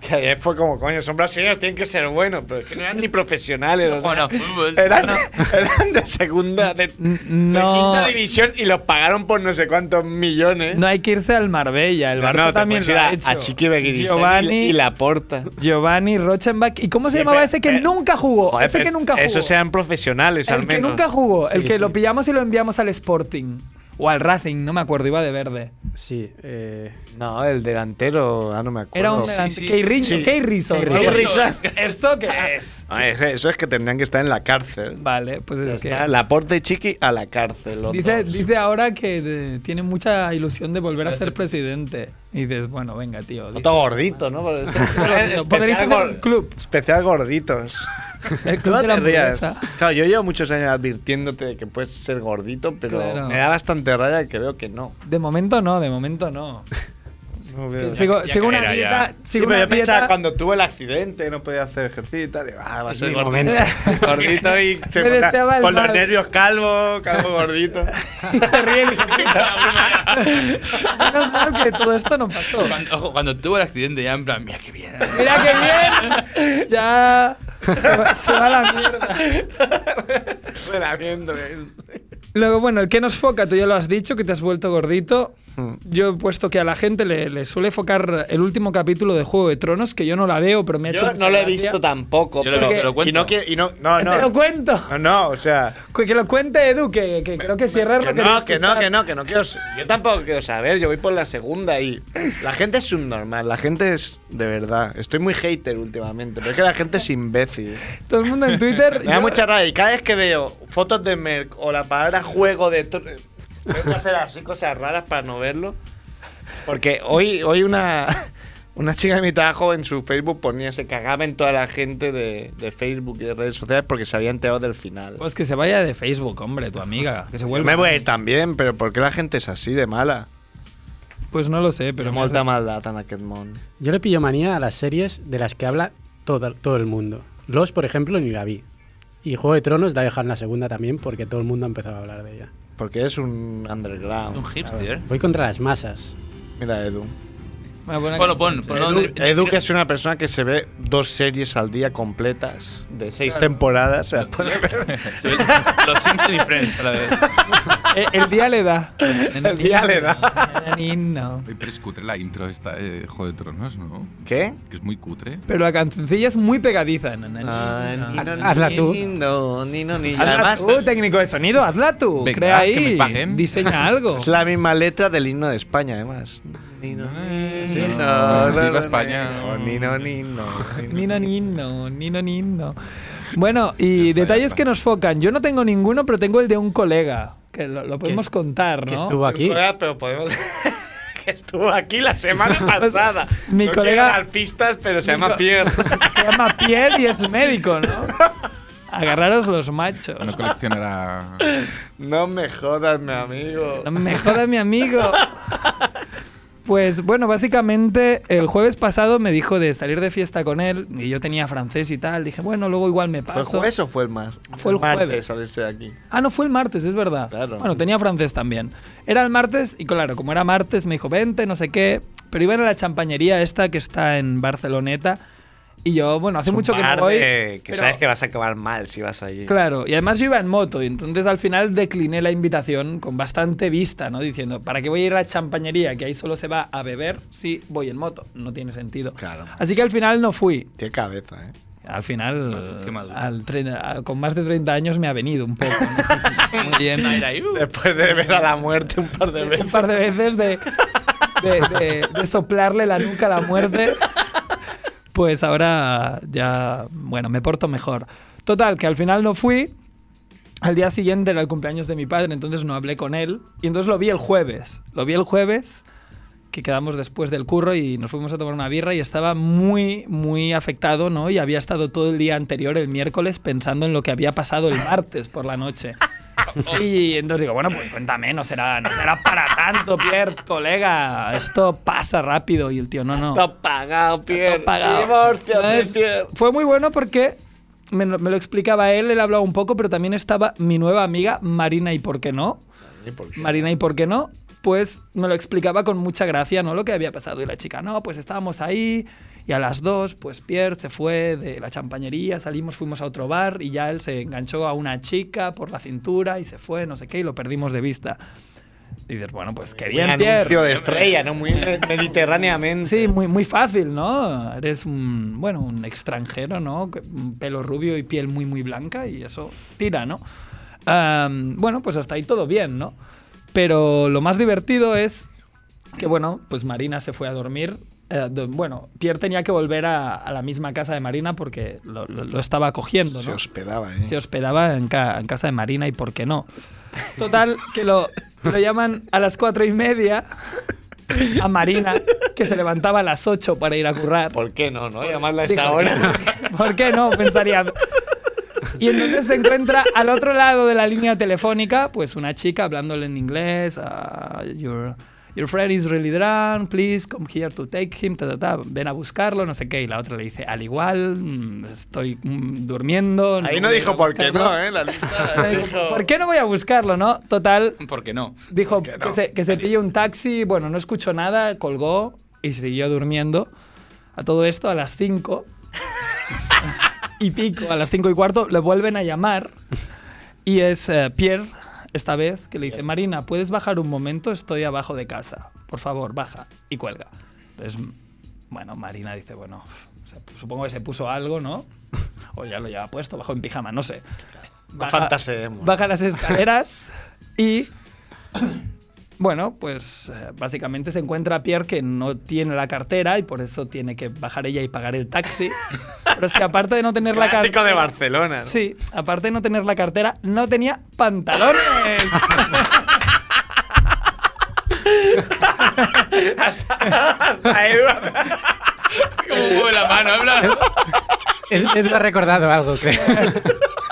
Que ayer fue como, coño, son brasileños, tienen que ser buenos, pero es que no eran ni profesionales. o sea,
Bueno, fútbol.
eran, eran de segunda, de, de
No.
quinta división y los pagaron por no sé cuántos millones.
No hay que irse al Marbella, el
¿Eh? No,
Barça
no, te
también
puedes
lo
ir
ha
a,
hecho.
a Chiqui Beguiristán y-
Giovanni,
y la porta.
Giovanni Rochenbach. ¿Y cómo se
Sí,
llamaba
pero-
ese que
pero-
nunca jugó?
Joder,
ese
pero
que nunca jugó.
Esos eran profesionales, al
el que
menos.
nunca jugó, el
Sí,
que
sí.
lo pillamos y lo enviamos al Sporting. O al Racing, no me acuerdo, iba de verde.
Sí. eh,
No, el delantero, ah, no me acuerdo.
Era un
sí,
delante.
sí.
Key Rizzo,
Sí.
Key Rizzo,
Key
¿no?
Rizzo.
¿Esto qué es?
Ah, ese- Eso es que tendrían que estar en la cárcel.
Vale, pues es que.
Está La porta y Chiqui a la cárcel. los
Dice,
dos.
dice ahora que eh, tiene mucha ilusión de volver a
Ya
ser
sé.
presidente. Y dices, bueno, venga, tío. dice-
Otro gordito, ¿no? Por-
Podríais hacer
gor-
un club.
Especial gorditos.
El club de la
te rías.
hamburguesa.
Claro, yo llevo muchos años advirtiéndote de que puedes ser gordito, pero
Claro.
me da bastante raya que veo que no.
De momento no, de momento no.
No
Es que
veo.
sigo sigo una
caerá, ya.
dieta.
Sí,
sigo
pero
una
yo pensaba
dieta-
cuando tuvo el accidente, no podía hacer ejercicio y tal. digo, ah, va a ser
mi
gordito. gordito y se
Me
pondrá
deseaba el
con los
mal.
nervios calvo, calvo gordito.
se ríe el hijo de puta. Menos mal que todo esto no pasó.
Ah, Cuando, ojo, cuando tuvo el accidente ya en plan, mira qué bien.
Mira qué bien. Ya se va, se va a la mierda.
Relamiendo él.
Luego, bueno, el que nos foca, tú ya lo has dicho, que te has vuelto gordito.
Hmm.
Yo he puesto que a la gente le, le suele focar el último capítulo de Juego de Tronos, que yo no la veo, pero me ha hecho.
Yo
mucha
no lo he
gracia.
visto tampoco.
Yo lo he
pero-
visto, lo
Y no,
cuento.
quiero- y no, no, no.
Te lo cuento.
No, no, o sea.
Que que lo cuente Edu, que, que creo que cierra
Que no, que no, que no, que no quiero. s- Yo tampoco quiero saber, yo voy por la segunda y. La gente es subnormal, la gente es. De verdad, estoy muy hater últimamente, pero es que la gente es imbécil.
Todo el mundo en Twitter.
Me da
yo-
mucha rabia y cada vez que veo fotos de Merck o la palabra juego de. tro- Tengo que hacer así cosas raras para no verlo. Porque hoy, hoy una. Una chica de mi trabajo en su Facebook ponía, se cagaba en toda la gente de, de Facebook y de redes sociales porque se había enterado del final.
Pues que se vaya de Facebook, hombre, tu amiga. Que se
Yo
vuelva.
me voy a ir también, pero ¿por qué la gente es así de mala?
Pues no lo sé,
Pero
pero.
molta maldad en aquest món.
Yo le pillo manía a las series de las que habla todo, todo el mundo. Los, por ejemplo, ni la vi. Y Juego de Tronos la dejan la segunda también porque todo el mundo ha empezado a hablar de ella.
Porque es un underground.
Un hipster.
Voy contra las masas.
Mira, Edu.
Una buena
Bueno,
canción,
pon,
sí.
pon.
Edu,
no,
Edu, que es una persona que se ve dos series al día completas, de seis temporadas. se las puede ver.
Los Simpson y Friends a la vez.
Eh, El, día le da.
El día le da.
Ni no.
Oye, Pero es cutre la intro esta de Juego de Tronos, ¿no?
¿Qué?
Que es muy cutre.
Pero la cancioncilla es muy pegadiza. na,
Ah,
na, na, na.
hazla tú.
No, ni no, ni.
Hazla
Además,
tú, técnico de sonido, hazla tú.
Venga,
Crea
que me
ahí.
paguen.
Diseña algo.
es la misma letra del himno de España, además. Ni no, ni no. no,
Viva
no,
España.
no, Ni no, ni no. ni no.
Nino, nino, nino, nino. Bueno, y
está, ya
detalles
está.
que nos focan. Yo no tengo ninguno, pero tengo el de un colega. Que lo, lo podemos contar,
Que
¿no?
estuvo aquí.
Colega, pero podemos. que estuvo aquí la semana pasada.
mi
no
colega-
quiero dar pistas, pero se
mi
llama
co-
Pierre.
Se llama Pierre y es médico, ¿no? Agarraros los machos.
No coleccionará.
no me jodas, mi amigo.
No me jodas, mi amigo. Pues bueno, básicamente el jueves pasado me dijo de salir de fiesta con él y yo tenía francés y tal. Dije, bueno, luego igual me
¿Fue el
paso. Ah,
jueves o fue el más?
Fue el
martes
jueves.
salirse de aquí.
Ah, no, fue el martes, es verdad.
Claro.
Bueno, tenía francés también. Era el martes y claro, como era martes me dijo, vente, no sé qué. Pero iban a la champañería esta que está en Barceloneta y yo, bueno, hace
Es un
mucho que no
bar
voy.
de- que
pero-
sabes que vas a acabar mal si vas allí.
Claro, y además yo iba en moto, y entonces al final decliné la invitación con bastante vista, ¿no? Diciendo, ¿para qué voy a ir a la champañería? Que ahí solo se va a beber si voy en moto. No tiene sentido.
Claro.
Así que al final no fui.
Tiene cabeza, ¿eh?
Al final,
Qué maduro.
al tre- a- con más de 30 años me ha venido un poco. ¿no? Muy bien.
Después de ver a la muerte un par de
Un
veces.
par de veces de, de- de- de soplarle la nuca a la muerte. Pues ahora ya, bueno, me porto mejor. Total, que al final no fui. Al día siguiente era el cumpleaños de mi padre, entonces no hablé con él. Y entonces lo vi el jueves. Lo vi el jueves, que quedamos después del curro y nos fuimos a tomar una birra y estaba muy, muy afectado, ¿no? Y había estado todo el día anterior, el miércoles, pensando en lo que había pasado el martes por la noche. Y entonces digo, bueno, pues cuéntame, no será, no será para tanto, Pierre, colega. Esto pasa rápido. Y el tío, no, no.
Está pagado, Pierre.
Todo pagado.
Divórciate,
Entonces,
Pierre.
Fue muy bueno porque me, lo- me lo explicaba él, él hablaba un poco, pero también estaba mi nueva amiga Marina y por qué no. Marina y por qué no. Pues me lo explicaba con mucha gracia, ¿no? Lo que había pasado. Y la chica, no, pues estábamos ahí y a las dos, pues Pierre se fue de la champañería, salimos, fuimos a otro bar y ya él se enganchó a una chica por la cintura y se fue, no sé qué, y lo perdimos de vista. Y dices, bueno, pues qué bien, Pierre.
anuncio de estrella, ¿no? Muy me- mediterráneamente.
Sí, muy, muy fácil, ¿no? Eres un, bueno, un extranjero, ¿no? Que- un Pelo rubio y piel muy, muy blanca y eso tira, ¿no? Am, bueno, pues hasta ahí todo bien, ¿no? Pero lo más divertido es que, bueno, pues Marina se fue a dormir. eh, do- bueno, Pierre tenía que volver a, a la misma casa de Marina porque lo, lo- lo estaba acogiendo, ¿no?
Se hospedaba, ¿eh?
se hospedaba en, ca- en casa de Marina y por qué no. Total, que lo, que lo llaman a las cuatro y media a Marina, que se levantaba a las ocho para ir a currar.
¿Por qué no, no? Llamarla a
Digo,
esta hora.
¿Por qué no? Pensaría. Y entonces se encuentra al otro lado de la línea telefónica, pues una chica hablándole en inglés. ah, your, your friend is really drunk, please come here to take him, ta, ta, ta, ven a buscarlo, no sé qué. Y la otra le dice, al igual, mm, estoy mm, durmiendo.
Ahí no
voy a
dijo por qué
buscarlo".
no, ¿eh? La lista.
Le digo, ¿Por qué no voy a buscarlo, no? Total,
¿Por qué no?
dijo que, se, que se pille un taxi, bueno, no escuchó nada, colgó y siguió durmiendo. A todo esto, a las 5 y pico, a las 5 y cuarto, le vuelven a llamar y es eh, Pierre, esta vez, que le dice, Marina, ¿puedes bajar un momento? Estoy abajo de casa. Por favor, baja. Y cuelga. Entonces, m- bueno, Marina dice, bueno, se- supongo que se puso algo, ¿no? O ya lo lleva puesto, bajó en pijama, no sé.
fantaseemos.
baja las escaleras y... Bueno, pues eh, básicamente se encuentra a Pierre que no tiene la cartera y por eso tiene que bajar ella y pagar el taxi. Pero es que aparte de no tener la cartera...
Clásico de Barcelona. ¿no?
Sí, aparte de no tener la cartera, no tenía pantalones.
Hasta Edu.
¿Cómo mueve la mano? Habla.
Él, él me ha recordado algo, creo.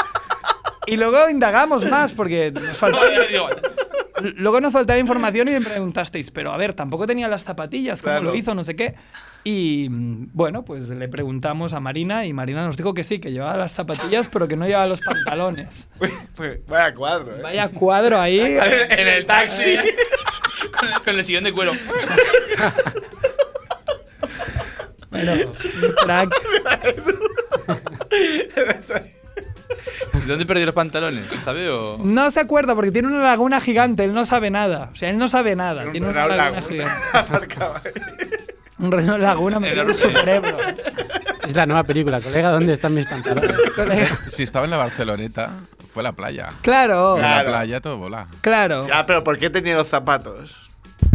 y luego indagamos más porque nos faltaba...
Yo digo,
Luego nos faltaba información y me preguntasteis, pero a ver, tampoco tenía las zapatillas, ¿cómo
Claro.
lo hizo? No sé qué. Y mm, bueno, pues le preguntamos a Marina y Marina nos dijo que sí, que llevaba las zapatillas, pero que no llevaba los pantalones.
Pues, Vaya cuadro, ¿eh?
Vaya cuadro ahí.
En el taxi.
con, el- con el sillón de cuero.
Bueno, un crack.
¿Y ¿Dónde perdió los pantalones? ¿Sabe o...?
No se acuerda porque tiene una laguna gigante, él no sabe nada. O sea, él no sabe nada.
Era un
Tiene una
Renault
laguna,
Laguna.
gigante.
Aparcaba ahí.
Un reno de laguna me en su cerebro.
Es la nueva película, colega, ¿dónde están mis pantalones?
Colega.
Si estaba en la Barceloneta, fue a la playa.
Claro,
En
Claro.
la playa todo bola.
claro.
Ya, pero ¿por qué tenía los zapatos?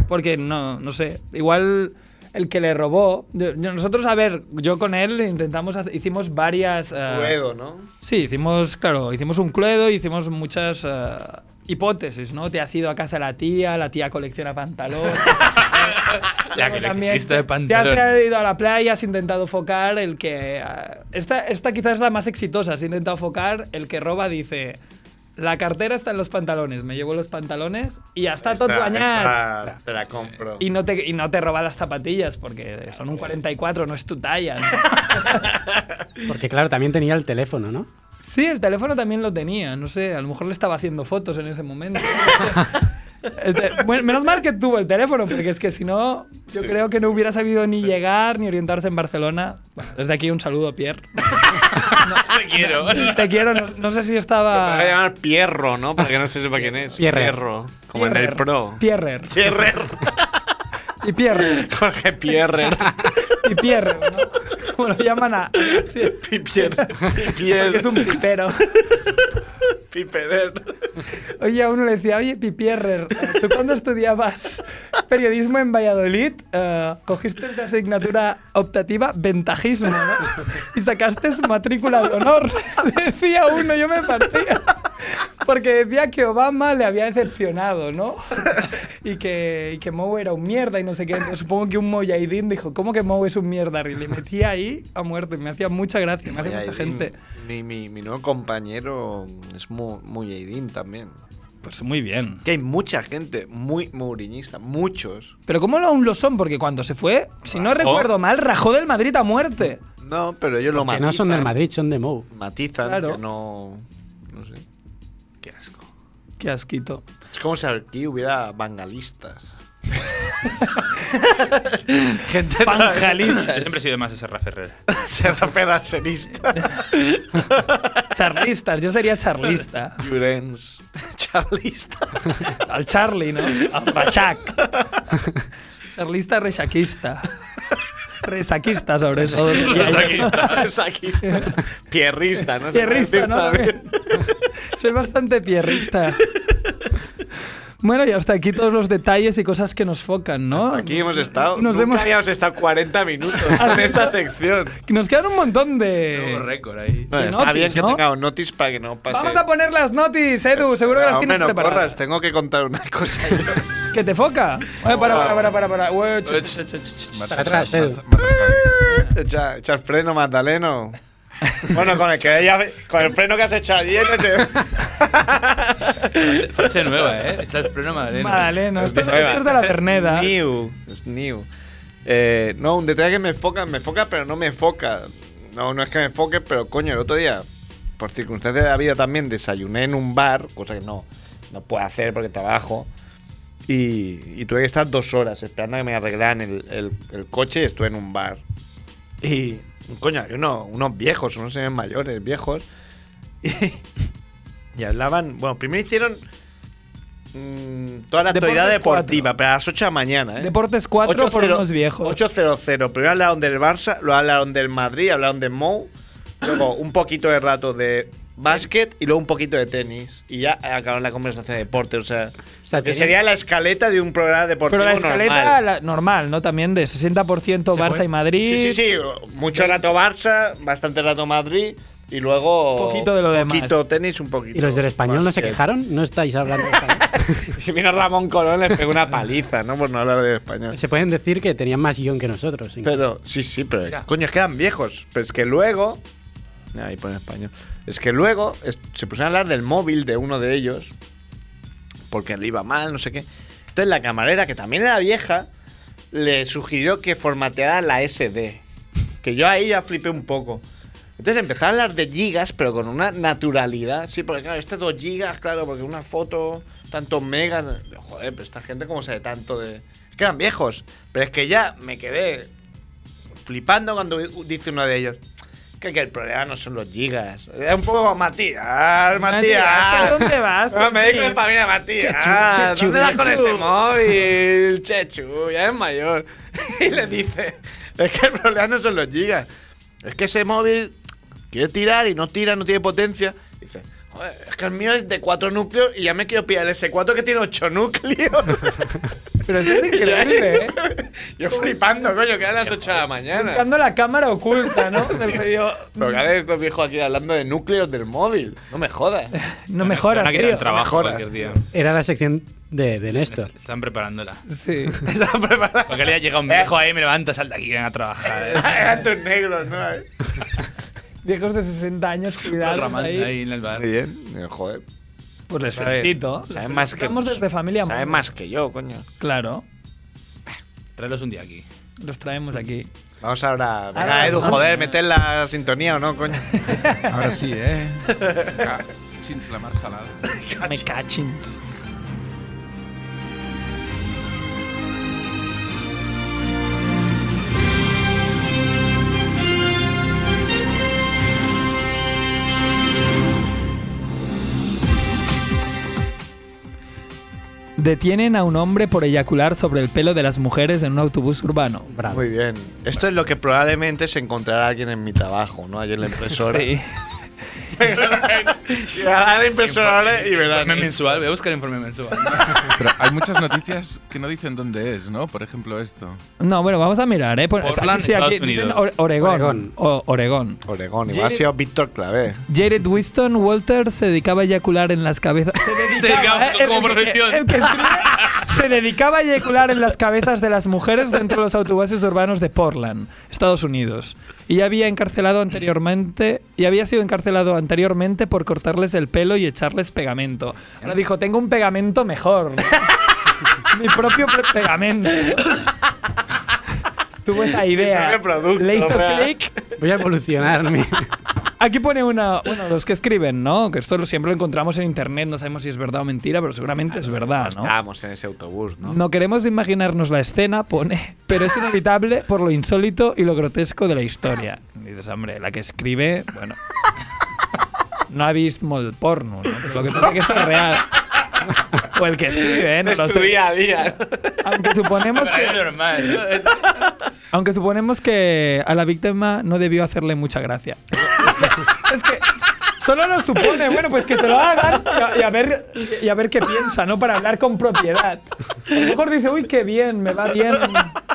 Porque no, no sé. Igual el que le robó. yo- yo- Nosotros, a ver, yo con él intentamos, hacer- hicimos varias. eh,
Luego, ¿no?
Sí, hicimos, claro, hicimos un cluedo y hicimos muchas eh, hipótesis, ¿no? Te has ido a casa de la tía, la tía colecciona pantalones.
La
Luego
que
Ah, también
coleccionista
Te
de
has
pantalones.
ido a la playa, has intentado focar el ah, que... eh, esta, esta quizás es la más exitosa, has intentado focar el que roba, dice... La cartera está en los pantalones. Me llevo los pantalones y hasta todo
Esta-
añar.
esta Te la compro.
Y no, te, y no te roba las zapatillas porque son un 44, no es tu talla. ¿no?
Porque claro, también tenía el teléfono, ¿no?
Sí, el teléfono también lo tenía, no sé, a lo mejor le estaba haciendo fotos en ese momento. no sé. El te- bueno, menos mal que tuvo el teléfono, porque es que si no, yo creo que no hubiera sabido ni llegar ni orientarse en Barcelona. Bueno, desde aquí un saludo, Pierre.
Te quiero.
Te quiero, no, no sé si
Me voy a
estaba...
llamar Pierro, ¿no? Para que no se sepa quién es.
Pierre.
Pierro. Como en el
Pierrer.
Pro.
Pierrer.
Pierre.
Y Pierre.
Jorge Pierre.
Y Pierre, ¿no? Como lo llaman a... sí,
Pierre.
porque
Pierre.
es un pipero.
Piperer.
Oye, a uno le decía, oye, Pipierrer, ¿tú cuando estudiabas periodismo en Valladolid eh, cogiste de asignatura optativa ventajismo, ¿no? Y sacaste matrícula de honor? Decía uno, yo me partía. Porque decía que Obama le había decepcionado, ¿no? Y que, y que Mou era un mierda y no sé qué. Supongo que un Moyaidín dijo, ¿cómo que Mou es un mierda? Y le metía ahí a muerte. Me hacía mucha gracia, me hacía
Oye,
mucha
Aidín,
gente.
Mi, mi, mi nuevo compañero es muy, muy Aidín también.
Pues muy bien.
Que hay mucha gente muy mourinista, muchos.
Pero ¿cómo lo aún lo son? Porque cuando se fue, si no recuerdo mal, rajó del Madrid a muerte.
No, pero ellos lo
Que
matizan.
no son del Madrid, son de Mou.
Matizan,
Claro.
que no. No sé.
Qué asco.
Qué asquito.
Es como si aquí hubiera bangalistas.
Gente
Yo
Fanjalistas,
siempre he sido más de Serra Ferrer.
Serra pedacerista.
charlistas, yo sería charlista.
Llorens. Charlista.
Al Charlie, ¿no? Al Rashak. Charlista resaquista. Resaquista, sobre todo.
Es aquí. Pierrista, ¿no?
Pierrista, ¿no?
También.
Soy bastante pierrista. Bueno, y hasta aquí todos los detalles y cosas que nos focan, ¿no?
Hasta Aquí hemos estado.
Nos
Nos Nunca
hemos-
habíamos estado 40 minutos en esta sección.
Nos quedan un montón de...
Nuevo récord ahí.
Bueno,
Y
está
notis,
bien que
¿no?
tengamos notis para que no pase.
Vamos a poner las notis, Edu. Seguro que las
Ah, hombre,
tienes
no
preparadas.
corras, tengo que contar una cosa.
¿Que te foca? Oye, para, para, para, para, para. Ué, ch-
Ech.
ch- ch- ch-
Marcha
Para atrás,
atrás,
eh.
Edu.
marcha- marcha atrás.
echa, echa el freno, Magdaleno. bueno, con el, que ya- con el freno que has echado ayer. no te-
Frase- Frase nueva, ¿eh? Está el pleno madaleno.
Madaleno, esto, es- esto es de la Berneda.
New. Es new. Eh, no, un detalle que me enfoca, me enfoca, pero no me enfoca. No, no es que me enfoque, pero coño, el otro día, por circunstancias de la vida también, desayuné en un bar, cosa que no, no puedo hacer porque trabajo. Y, y tuve que estar dos horas esperando a que me arreglaran el, el- el coche y estuve en un bar. Y, coño, había uno- unos viejos, unos señores mayores, viejos. Y, y hablaban. Bueno, primero hicieron. mm, toda
Deportes
la actualidad deportiva,
cuatro.
pero a las 8 de la mañana, ¿eh?
Deportes 4 por
8-0,
unos viejos.
8-0-0. Primero hablaron del Barça, luego hablaron del Madrid, hablaron de Mou. Luego un poquito de rato de básquet y luego un poquito de tenis. Y ya acabaron la conversación de deporte. O sea,
sea,
que
tenían-
sería la escaleta de un programa deportivo.
Pero la escaleta la-
normal.
normal, ¿no? También de 60% Barça y Madrid.
Sí, sí, sí. Mucho rato Barça, bastante rato Madrid. Y luego.
Un poquito de lo demás.
poquito tenis, un poquito.
¿Y los del español no se
básquet.
quejaron? ¿No estáis hablando de español?
Si vino Ramón Colón, les pegó una paliza, ¿no? Por no hablar de español.
se pueden decir que tenían más guión que nosotros. incluso.
Pero, sí, sí, pero.
Mira.
Coño, es que eran viejos. Pero es que luego. Ahí pone español. Es que luego es- se pusieron a hablar del móvil de uno de ellos. Porque le iba mal, no sé qué. Entonces la camarera, que también era vieja, le sugirió que formateara la SD. Que yo ahí ya flipé un poco. Entonces empezaron a hablar de gigas, pero con una naturalidad. Sí, porque claro, este 2 gigas, claro, porque una foto, tantos megas. Joder, pero esta gente, ¿cómo sabe tanto de.? Es que eran viejos. Pero es que ya me quedé flipando cuando dice uno de ellos. Que, que el problema no son los gigas. Es un poco "Oh, Matías, Matías.
Matías, ¿a dónde vas,
No, Ah, me dijo
Tontín?
mi familia Matías. ah,
Chechu,
¿Dónde vas con
Chechu.
ese móvil? Chechu, ya es mayor. Y le dice, es que el problema no son los gigas. Es que ese móvil quiere tirar y no tira, no tiene potencia. Dice, "Joder, es que el mío es de cuatro núcleos y ya me quiero pillar el S4 que tiene ocho núcleos.
Pero es que es increíble, ¿eh?
Yo flipando, coño, que eran las 8 de la mañana.
Buscando la cámara oculta, ¿no? Del medio.
Pero cada vez estos viejos aquí hablando de núcleos del móvil. No me jodas.
No mejoras,
Van a quitar
tío.
el trabajo
mejoras,
cualquier día.
Era la sección de, de Néstor.
Están preparándola.
Sí.
Porque le ha llegado un viejo ahí, me levanta, salta aquí, ven a trabajar. ¿eh?
Eran tus negros, ¿no?
Viejos de 60 años, cuidado.
Ramando
ahí.
ahí en el bar.
bien, eh, joder.
Pues les
A ver,
felicito. Les
Saben más que
felicitamos desde familia.
Saben
Monger.
más que yo, coño.
Claro,
Tráelos un día aquí.
los traemos aquí.
Vamos ahora. Venga,
Ahora,
Edu,
¿no?
joder, meter la sintonía o no, coño.
Ahora sí, eh? Ca- Chins la mar salada.
Me cachins. Detienen a un hombre por eyacular sobre el pelo de las mujeres en un autobús urbano.
Bravo.
Muy bien. Esto es lo que probablemente se encontrará alguien en mi trabajo, ¿no? Ayer la impresora.
Sí.
Llegará la impresora ¿vale? y verán.
Informe mensual, voy a buscar informe mensual.
Pero hay muchas noticias que no dicen dónde es, ¿no? Por ejemplo, esto.
No, bueno, vamos a mirar, ¿eh? Por-
Portland, Estados
dicen
Unidos.
Ore- Oregón.
Oregón.
O- Oregón.
Oregón, igual ha
Jerry-
sido Víctor Clavé.
Jared Winston Walter se dedicaba a eyacular en las cabezas. Se
dedicaba
¿eh?
como
El-
profesión.
el que escribe, se dedicaba a eyacular en las cabezas de las mujeres dentro de los autobuses urbanos de Portland, Estados Unidos. Y ya había encarcelado anteriormente, y había sido encarcelado anteriormente por cortarles el pelo y echarles pegamento. Ahora dijo, tengo un pegamento mejor. Mi propio pre- pegamento. Tuvo esa idea.
propio producto,
Le hizo
o sea.
clic
Voy a evolucionarme.
Aquí pone una, bueno, los que escriben, ¿no? Que esto lo- siempre lo encontramos en internet, no sabemos si es verdad o mentira, pero seguramente es verdad, ¿no?
Estábamos en ese autobús, ¿no?
No queremos imaginarnos la escena, pone, pero es inevitable por lo insólito y lo grotesco de la historia. Y dices, hombre, la que escribe, bueno, no ha visto el porno, ¿no? Pero lo que pasa es que esto es real. O el que escribe, ¿eh? No lo
Es tu
sé.
día a día.
Aunque suponemos que...
Es normal, ¿no? Es-
Aunque suponemos que a la víctima no debió hacerle mucha gracia. es que solo lo supone. Bueno, pues que se lo hagan y a, y a ver, y a ver qué piensa, ¿no? Para hablar con propiedad. A lo mejor dice, uy, qué bien, me va bien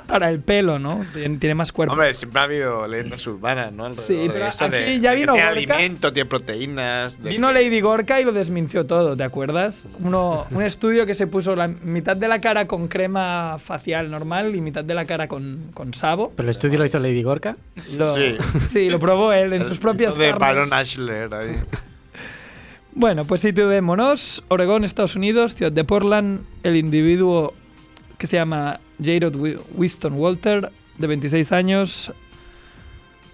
para el pelo, ¿no? Tiene tiene más cuerpo.
Hombre, siempre ha habido leyendas urbanas, ¿no? Alrededor
Sí,
de
pero
esto de-
aquí ya
de
vino
que Tiene
Gorka.
alimento, tiene proteínas. de
Vino
que-
Lady Gorka y lo desmintió todo, ¿te acuerdas? Uno, un estudio que se puso la mitad de la cara con crema facial normal y mitad de la cara con, con sabo.
Pero el estudio lo hizo Lady Gorka.
Lo-
Sí.
sí, lo probó él en sus propias
De
carnes.
Baron Ashler ahí.
Bueno, pues situémonos. Oregón, Estados Unidos, ciudad de Portland. El individuo que se llama Jared Wi- Winston Walter, de 26 años.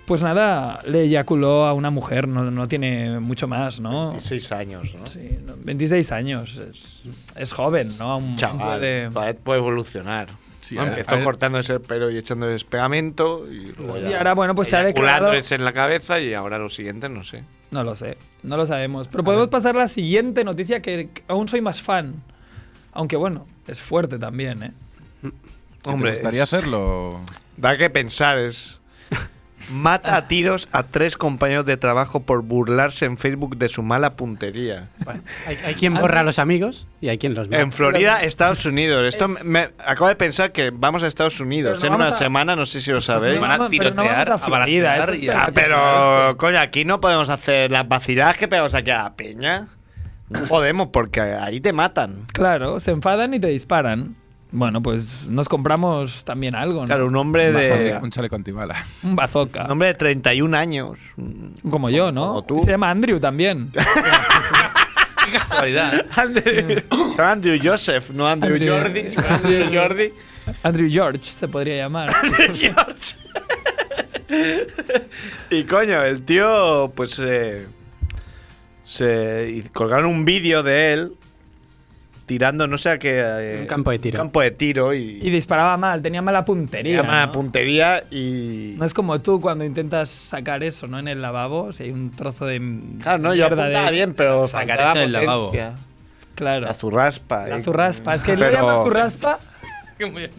Pues nada, le eyaculó a una mujer, no, no tiene mucho más, ¿no?
Seis años, ¿no?
Sí, no, 26 años, es, es joven, ¿no? Aún
Chaval,
puede-
todavía puede evolucionar.
Sí,
Bueno,
a-
Ah, empezó
a-
cortándose el pelo y echándole pegamento y luego ya
Y ahora, bueno, pues se ha declarado-
eyaculándoles en la cabeza y ahora lo siguiente no sé.
No lo sé, no lo sabemos. Pero podemos pasar a la siguiente noticia que que aún soy más fan. Aunque bueno, es fuerte también, ¿eh?
¿que ¿Te gustaría
es-
hacerlo?
Da que pensar es mata a tiros a tres compañeros de trabajo por burlarse en Facebook de su mala puntería.
Hay, hay quien borra a los amigos y hay quien los mata.
En Florida, Estados Unidos. Esto me, me- acabo de pensar que vamos a Estados Unidos
Pero no
en una
vamos a-
semana, no sé si lo
Pero
sabéis.
Van a
vamos- pero
tirotear,
vamos
a
Florida,
abrazar
eso
y
está
a-
en
Ah,
la costa
pero,
oeste.
coño, aquí no podemos hacer las vaciladas que pegamos aquí a la peña. No podemos, porque ahí te matan.
Claro, se enfadan y te disparan. Bueno, pues nos compramos también algo, ¿no?
Claro, un hombre
Un chale-
de,
un chaleco antibalas.
Un bazooka.
un hombre de 31 años.
Como yo, ¿no?
Como tú.
Se llama Andrew también.
Qué casualidad.
Andrew, Andrew Joseph, no Andrew,
Andrew-
Jordi. Andrew Jordi.
Andrew George se podría llamar.
George. y coño, el tío, pues eh, se y colgaron un vídeo de él tirando, no sé a qué. eh,
Un campo de tiro.
campo de tiro y,
Y disparaba mal, tenía mala puntería.
llama
¿no?
puntería y.
No es como tú cuando intentas sacar eso, ¿no? En el lavabo, si hay un trozo de. m-
Claro, no, yo
mierda de-
apuntaba bien, pero
sacar
faltaba
eso del lavabo.
potencia.
Claro.
La zurraspa.
La
eh.
zurraspa. Es que él lo
Pero-
llama zurraspa.
Qué muy bien.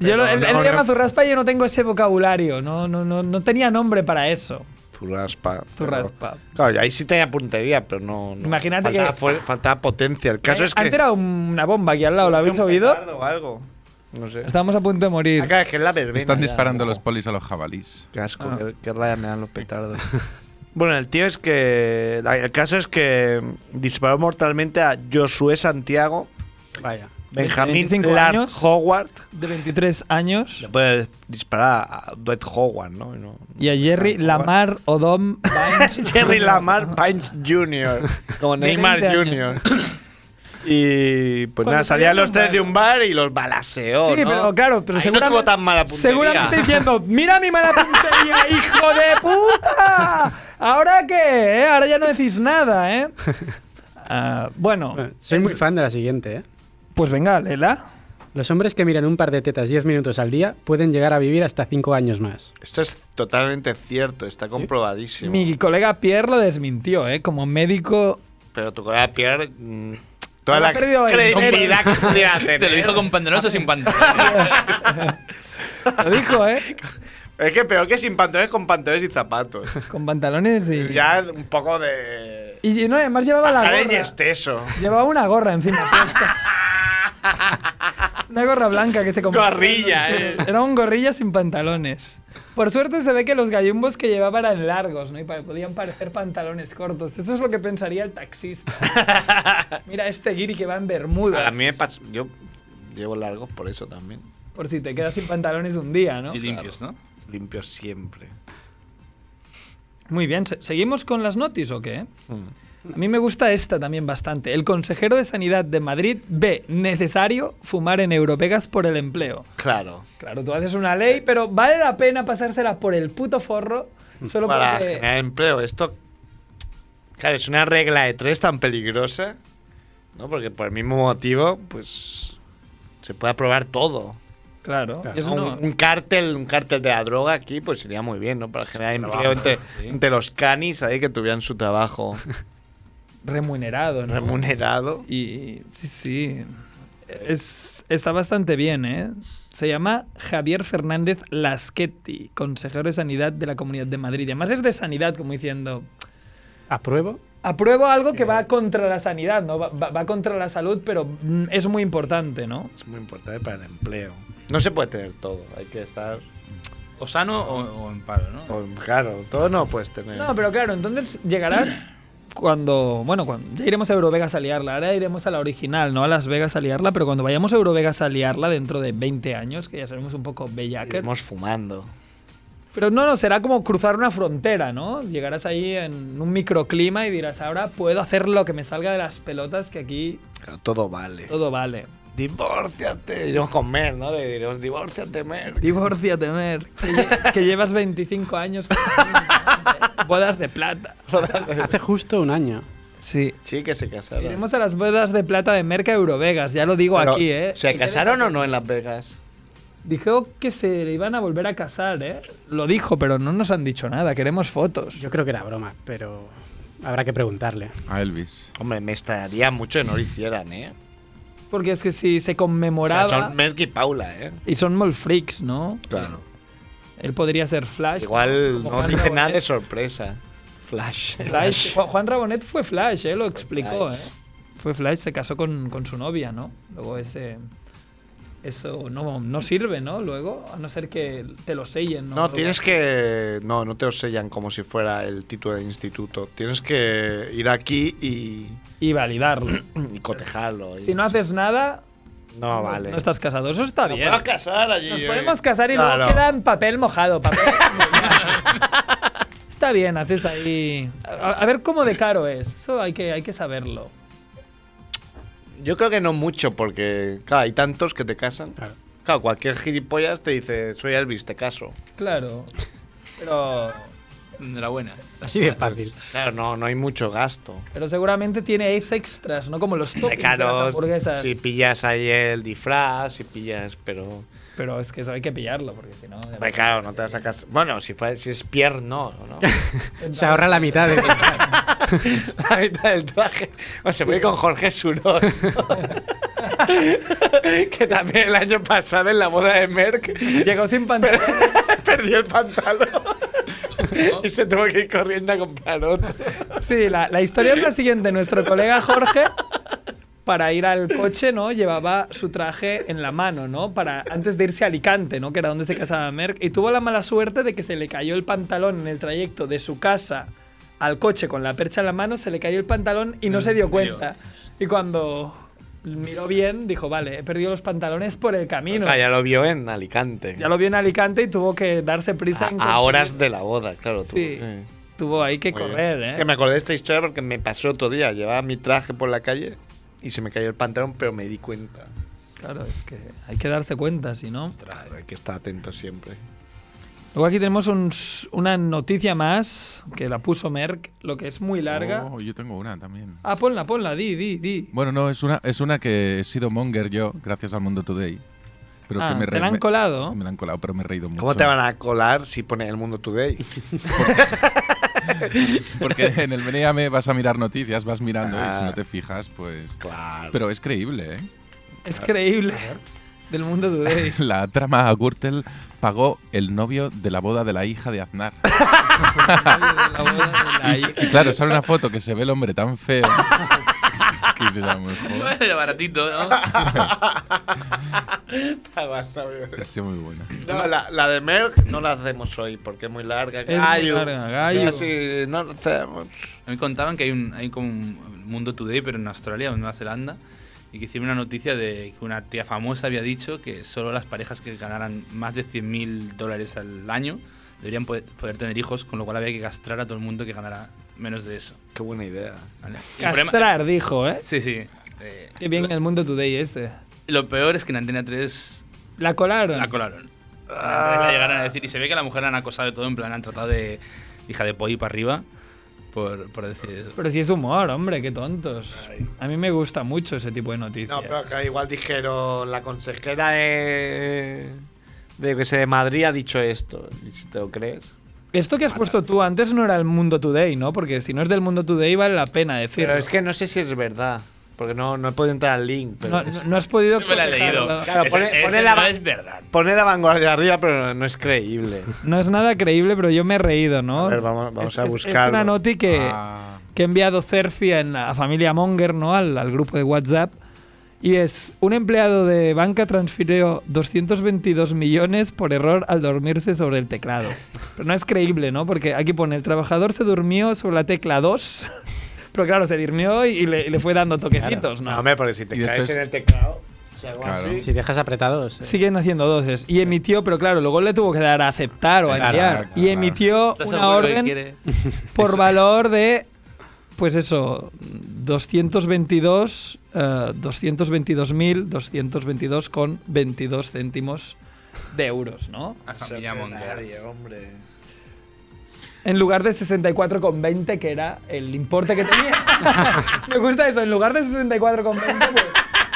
Yo lo-
Pero
él, él
no,
lo
no.
llama zurraspa y yo no tengo ese vocabulario. No, no, no, no tenía nombre para eso.
Zurraspa. pero-
Zurraspa.
Claro, y ahí sí tenía puntería, pero no. no-
Imagínate
faltaba
que-
fuer- faltaba potencia. El caso
Eh,
es que.
Antes era una bomba aquí al lado, ¿lo habéis
Un
oído?
petardo o algo. No sé.
Estábamos a punto de morir.
Acá es que es la verbena.
Están
ya,
disparando
ojo.
los polis a los jabalís.
Qué asco, qué, qué raya me dan los petardos. Ah. bueno, el tío es que. El caso es que disparó mortalmente a Josué Santiago,
Vaya.
Benjamín
25
Clark
años.
Howard.
de 23 años
Le puede disparar a Dwight Howard, ¿no? Y, no-
y a Jerry
Howard.
Lamar Odom Bynes
Jerry Lamar Pines Jr. Como
De
Neymar
20
Jr.
años.
Y pues
Cuando
nada, salían
salieron
los tres
bar.
de un bar y los balaseó.
Sí,
Oh, ¿no?
pero claro, pero
Ahí
seguramente.
No tuvo tan mala puntería.
Seguramente diciendo, mira mi mala puntería, hijo de puta. ¿Ahora qué? eh? Ahora ya no decís nada, ¿eh? Ah, bueno,
Bueno, soy muy fan de la siguiente, ¿eh?
pues venga, Lela.
Los hombres que miran un par de tetas 10 minutos al día pueden llegar a vivir hasta 5 años más.
Esto es totalmente cierto, está comprobadísimo.
Mi colega Pierre lo desmintió, ¿eh? Como médico.
Pero tu colega Pierre. mm, Toda
Ha
la
perdido el-
credibilidad que pudiera tener.
Te lo dijo con pantalones o sin pantalones.
Lo dijo, ¿eh?
Es que peor que sin pantalones, con pantalones y zapatos.
Con pantalones y.
ya un poco de.
Y y no, además llevaba la
Pajaré y
gorra.
esteso.
Llevaba una gorra encima puesta. Una gorra blanca que se compró.
Gorrilla, eh.
Era un gorrilla sin pantalones. Por suerte se ve que los gallumbos que llevaba eran largos, ¿no? Y pa- podían parecer pantalones cortos. Eso es lo que pensaría el taxista. Mira este guiri que va en bermuda.
A mí me pasa. Yo llevo largos por eso también.
Por si te quedas sin pantalones un día, ¿no?
Y limpios, ¿no?
Limpio siempre.
Muy bien. ¿se- ¿Seguimos con las notis o qué?
Hmm.
A mí me gusta esta también bastante. El consejero de Sanidad de Madrid ve necesario fumar en Europegas por el empleo.
Claro.
Claro, tú haces una ley, pero vale la pena pasársela por el puto forro solo
Para
porque...
generar empleo. Esto. Claro, es una regla de tres tan peligrosa. ¿No? Porque por el mismo motivo, pues. Se puede aprobar todo.
Claro, y eso
un,
no-
un cártel, un cártel de la droga aquí, pues sería muy bien, ¿no? Para generar empleo entre,
sí.
entre los canis ahí que tuvieran su trabajo
remunerado, ¿no?
remunerado.
Y sí, sí. Es, está bastante bien, ¿eh? Se llama Javier Fernández Laschetti, consejero de Sanidad de la Comunidad de Madrid. Y Además es de Sanidad, como diciendo,
¿Apruebo?
apruebo algo que va contra la sanidad, ¿no? Va, va- va contra la salud, pero mm, es muy importante, ¿no?
Es muy importante para el empleo. No se puede tener todo, hay que estar...
O sano o, o en paro, ¿no?
o- Claro, todo no puedes tener.
No, pero claro, entonces llegarás cuando. Bueno, cuando, ya iremos a Eurovegas a liarla. Ahora iremos a la original, no a Las Vegas a liarla, pero cuando vayamos a Eurovegas a liarla dentro de 20 años, que ya seremos un poco bellaques.
Estamos fumando.
Pero no, no, será como cruzar una frontera, ¿no? Llegarás ahí en un microclima y dirás, ahora puedo hacer lo que me salga de las pelotas, que aquí
Claro, todo vale.
todo vale.
Divórciate. Iremos con Mer, ¿no? Le diremos, divórciate, Mer.
Divórciate, Mer. Que, lle- que llevas 25 años. con- Bodas de plata.
Hace justo un año.
Sí.
Sí, que se casaron.
Iremos a las bodas de plata de Merca Eurovegas, ya lo digo
Pero,
aquí, ¿eh?
¿Se casaron o no en Las Vegas?
Dijo que se iban a volver a casar, ¿eh? Lo dijo, pero no nos han dicho nada, queremos fotos.
Yo creo que era broma, pero habrá que preguntarle.
A Elvis.
Hombre, me extrañaría mucho que no lo hicieran, ¿eh?
Porque es que si se
O sea,
conmemoraba...
son Merck y Paula, ¿eh?
Y son molt freaks, ¿no?
Claro.
Él podría ser Flash.
Igual
como
no
Juan
dice
Rabonet.
nada de sorpresa. Flash.
Flash. Ju- Juan Rabonet fue Flash, ¿eh? Lo explicó,
Flash.
¿eh? Fue Flash, se casó con, con su novia, ¿no? Luego ese... Eso no, no sirve, ¿no? Luego, a no ser que te lo sellen, ¿no?
No, tienes que. No, no te lo sellan como si fuera el título de instituto. Tienes que ir aquí y,
Y validarlo.
y cotejarlo. y-
Si no haces nada,
No, vale.
No estás casado, eso está bien.
podemos casar allí.
Nos
eh.
podemos casar y
Claro.
luego queda en papel mojado. papel mojado. está bien, haces ahí. A, a ver cómo de caro es. Eso hay que, hay que saberlo.
Yo creo que no mucho, porque, claro, hay tantos que te casan. Claro.
Claro.
cualquier gilipollas te dice, soy Elvis, te caso.
Claro. Pero,
Enhorabuena.
Así de fácil.
Claro, no, no hay mucho gasto.
pero seguramente tiene ex extras, ¿no? Como los toppings de las
Claro,
hamburguesas.
si pillas ahí el disfraz, si pillas, pero...
Pero es que eso hay que pillarlo, porque si no.
Hombre, claro, no te vas a casar. Bueno, si, fue, si es Pierre, no, ¿no?
Se ahorra la mitad de...
La mitad del traje. O se puede ir con Jorge Surón. que también el año pasado en la boda de Merck
Llegó sin pantalones.
perdió el pantalón. y se tuvo que ir corriendo a comprar otro.
Sí, la, la historia es la siguiente. Nuestro colega Jorge, para ir al coche, ¿no? Llevaba su traje en la mano, ¿no? Para, antes de irse a Alicante, ¿no? Que era donde se casaba Merck. Y tuvo la mala suerte de que se le cayó el pantalón en el trayecto de su casa
Mm,
al coche con la percha en la mano, se le cayó el pantalón y no se dio cuenta. Y cuando miró bien, dijo, vale, he perdido los pantalones por el camino.
Ah, ya lo vio en Alicante.
Ya lo vio en Alicante y tuvo que darse prisa
a,
en
a
conseguir-
horas de la boda, claro. tú.
Sí. Tuvo ahí que
Muy bien.
correr,
Es
¿eh?
Que me acordé de esta historia porque me pasó otro día. Llevaba mi traje por la calle y se me cayó el pantalón, pero me di cuenta.
Claro, es que hay que darse cuenta, si no.
Claro, hay que estar atento siempre.
Luego aquí tenemos un s- una noticia más que la puso Merck, lo que es muy larga.
Oh, yo tengo una también.
Ah, ponla, ponla, di, di, di.
Bueno, no, es una, es una que he sido monger yo, gracias al Mundo Today. Pero
Ah,
que me
te
re-
la han
me-
colado.
Me la han colado, pero me he reído mucho.
¿Cómo te van a colar si pone el mundo today?
Porque en el BNM vas a mirar noticias, vas mirando y si
Ah.
no te fijas, pues...
Claro.
Pero es creíble, ¿eh?
Es creíble. Del mundo today.
La trama a Gürtel pagó el novio de la boda de la hija de Aznar.
Ah.
La boda de la
Y, s-
hija.
y claro, sale una foto que se ve el hombre tan feo. que dices, a lo mejor
De baratito, ¿no?
ha sido muy buena.
No, la, la de Merck no la hacemos hoy porque es muy larga.
muy larga, gallo.
Ya, sí, no la hacemos.
A mí contaban que hay, un, hay como un Mundo Today, pero en Australia o en Nueva Zelanda, y que hicieron una noticia de que una tía famosa había dicho que solo las parejas que ganaran más de 100.000 dólares al año deberían poder, poder tener hijos, con lo cual había que castrar a todo el mundo que ganara menos de eso.
Qué buena idea.
¿vale? Y el problema-
Castrar, dijo, ¿eh?
Sí, sí. eh,
Qué bien el mundo today ese.
Lo peor es que en Antena 3
La colaron.
Ah.
la colaron. En Antena 3 La llegaron a decir, y se ve que a la mujer la han acosado y todo, en plan, han tratado de hija de poi para arriba por, por decir eso.
Pero si es humor, hombre, qué tontos. A mí me gusta mucho ese tipo de noticias.
No, pero que igual dijeron la consejera de, de, que sé, de Madrid ha dicho esto. Y si te lo crees.
Esto que has puesto tú antes no era el mundo today, ¿no? Porque si no es del mundo today vale la pena decirlo.
Pero es que no sé si es verdad. Porque no, no he podido entrar al link. Pero
no, no- no has podido...
Me la he leído.
cotejarlo.
Claro,
Ese-
pone-
ese
pone la-
no es verdad.
Pone la vanguardia arriba, pero no es creíble.
No es nada creíble, pero yo me he reído, ¿no?
A ver, vamos- vamos
Es-
a
es- Es,
buscarlo.
una noti que,
Ah,
que ha enviado Cerfia en la familia Monger, ¿no? Al, al grupo de WhatsApp. Y es, un empleado de banca transfirió 222 millones por error al dormirse sobre el teclado. Pero no es creíble, ¿no? Porque aquí pone, el trabajador se durmió sobre la tecla 2. Pero claro, se durmió y, y le, y le fue dando toquecitos,
No,
¿no?
hombre, porque si te
Y
caes
después-
en el teclado. o sea, algo
Claro.
así.
Si dejas apretados. eh.
Siguen haciendo doses. Y emitió, pero claro, luego le tuvo que dar a aceptar o a
Claro,
enviar.
claro,
Y
claro.
emitió
¿Estás
una
seguro que
orden
quiere?
por
Eso-
valor de, pues eso, 222, eh, 222.000, 222 con 22 céntimos de euros, ¿no?
A familia Monger.
Nadie, hombre.
En lugar de 64,20, que era el importe que tenía. Me gusta eso, en lugar de 64,20, pues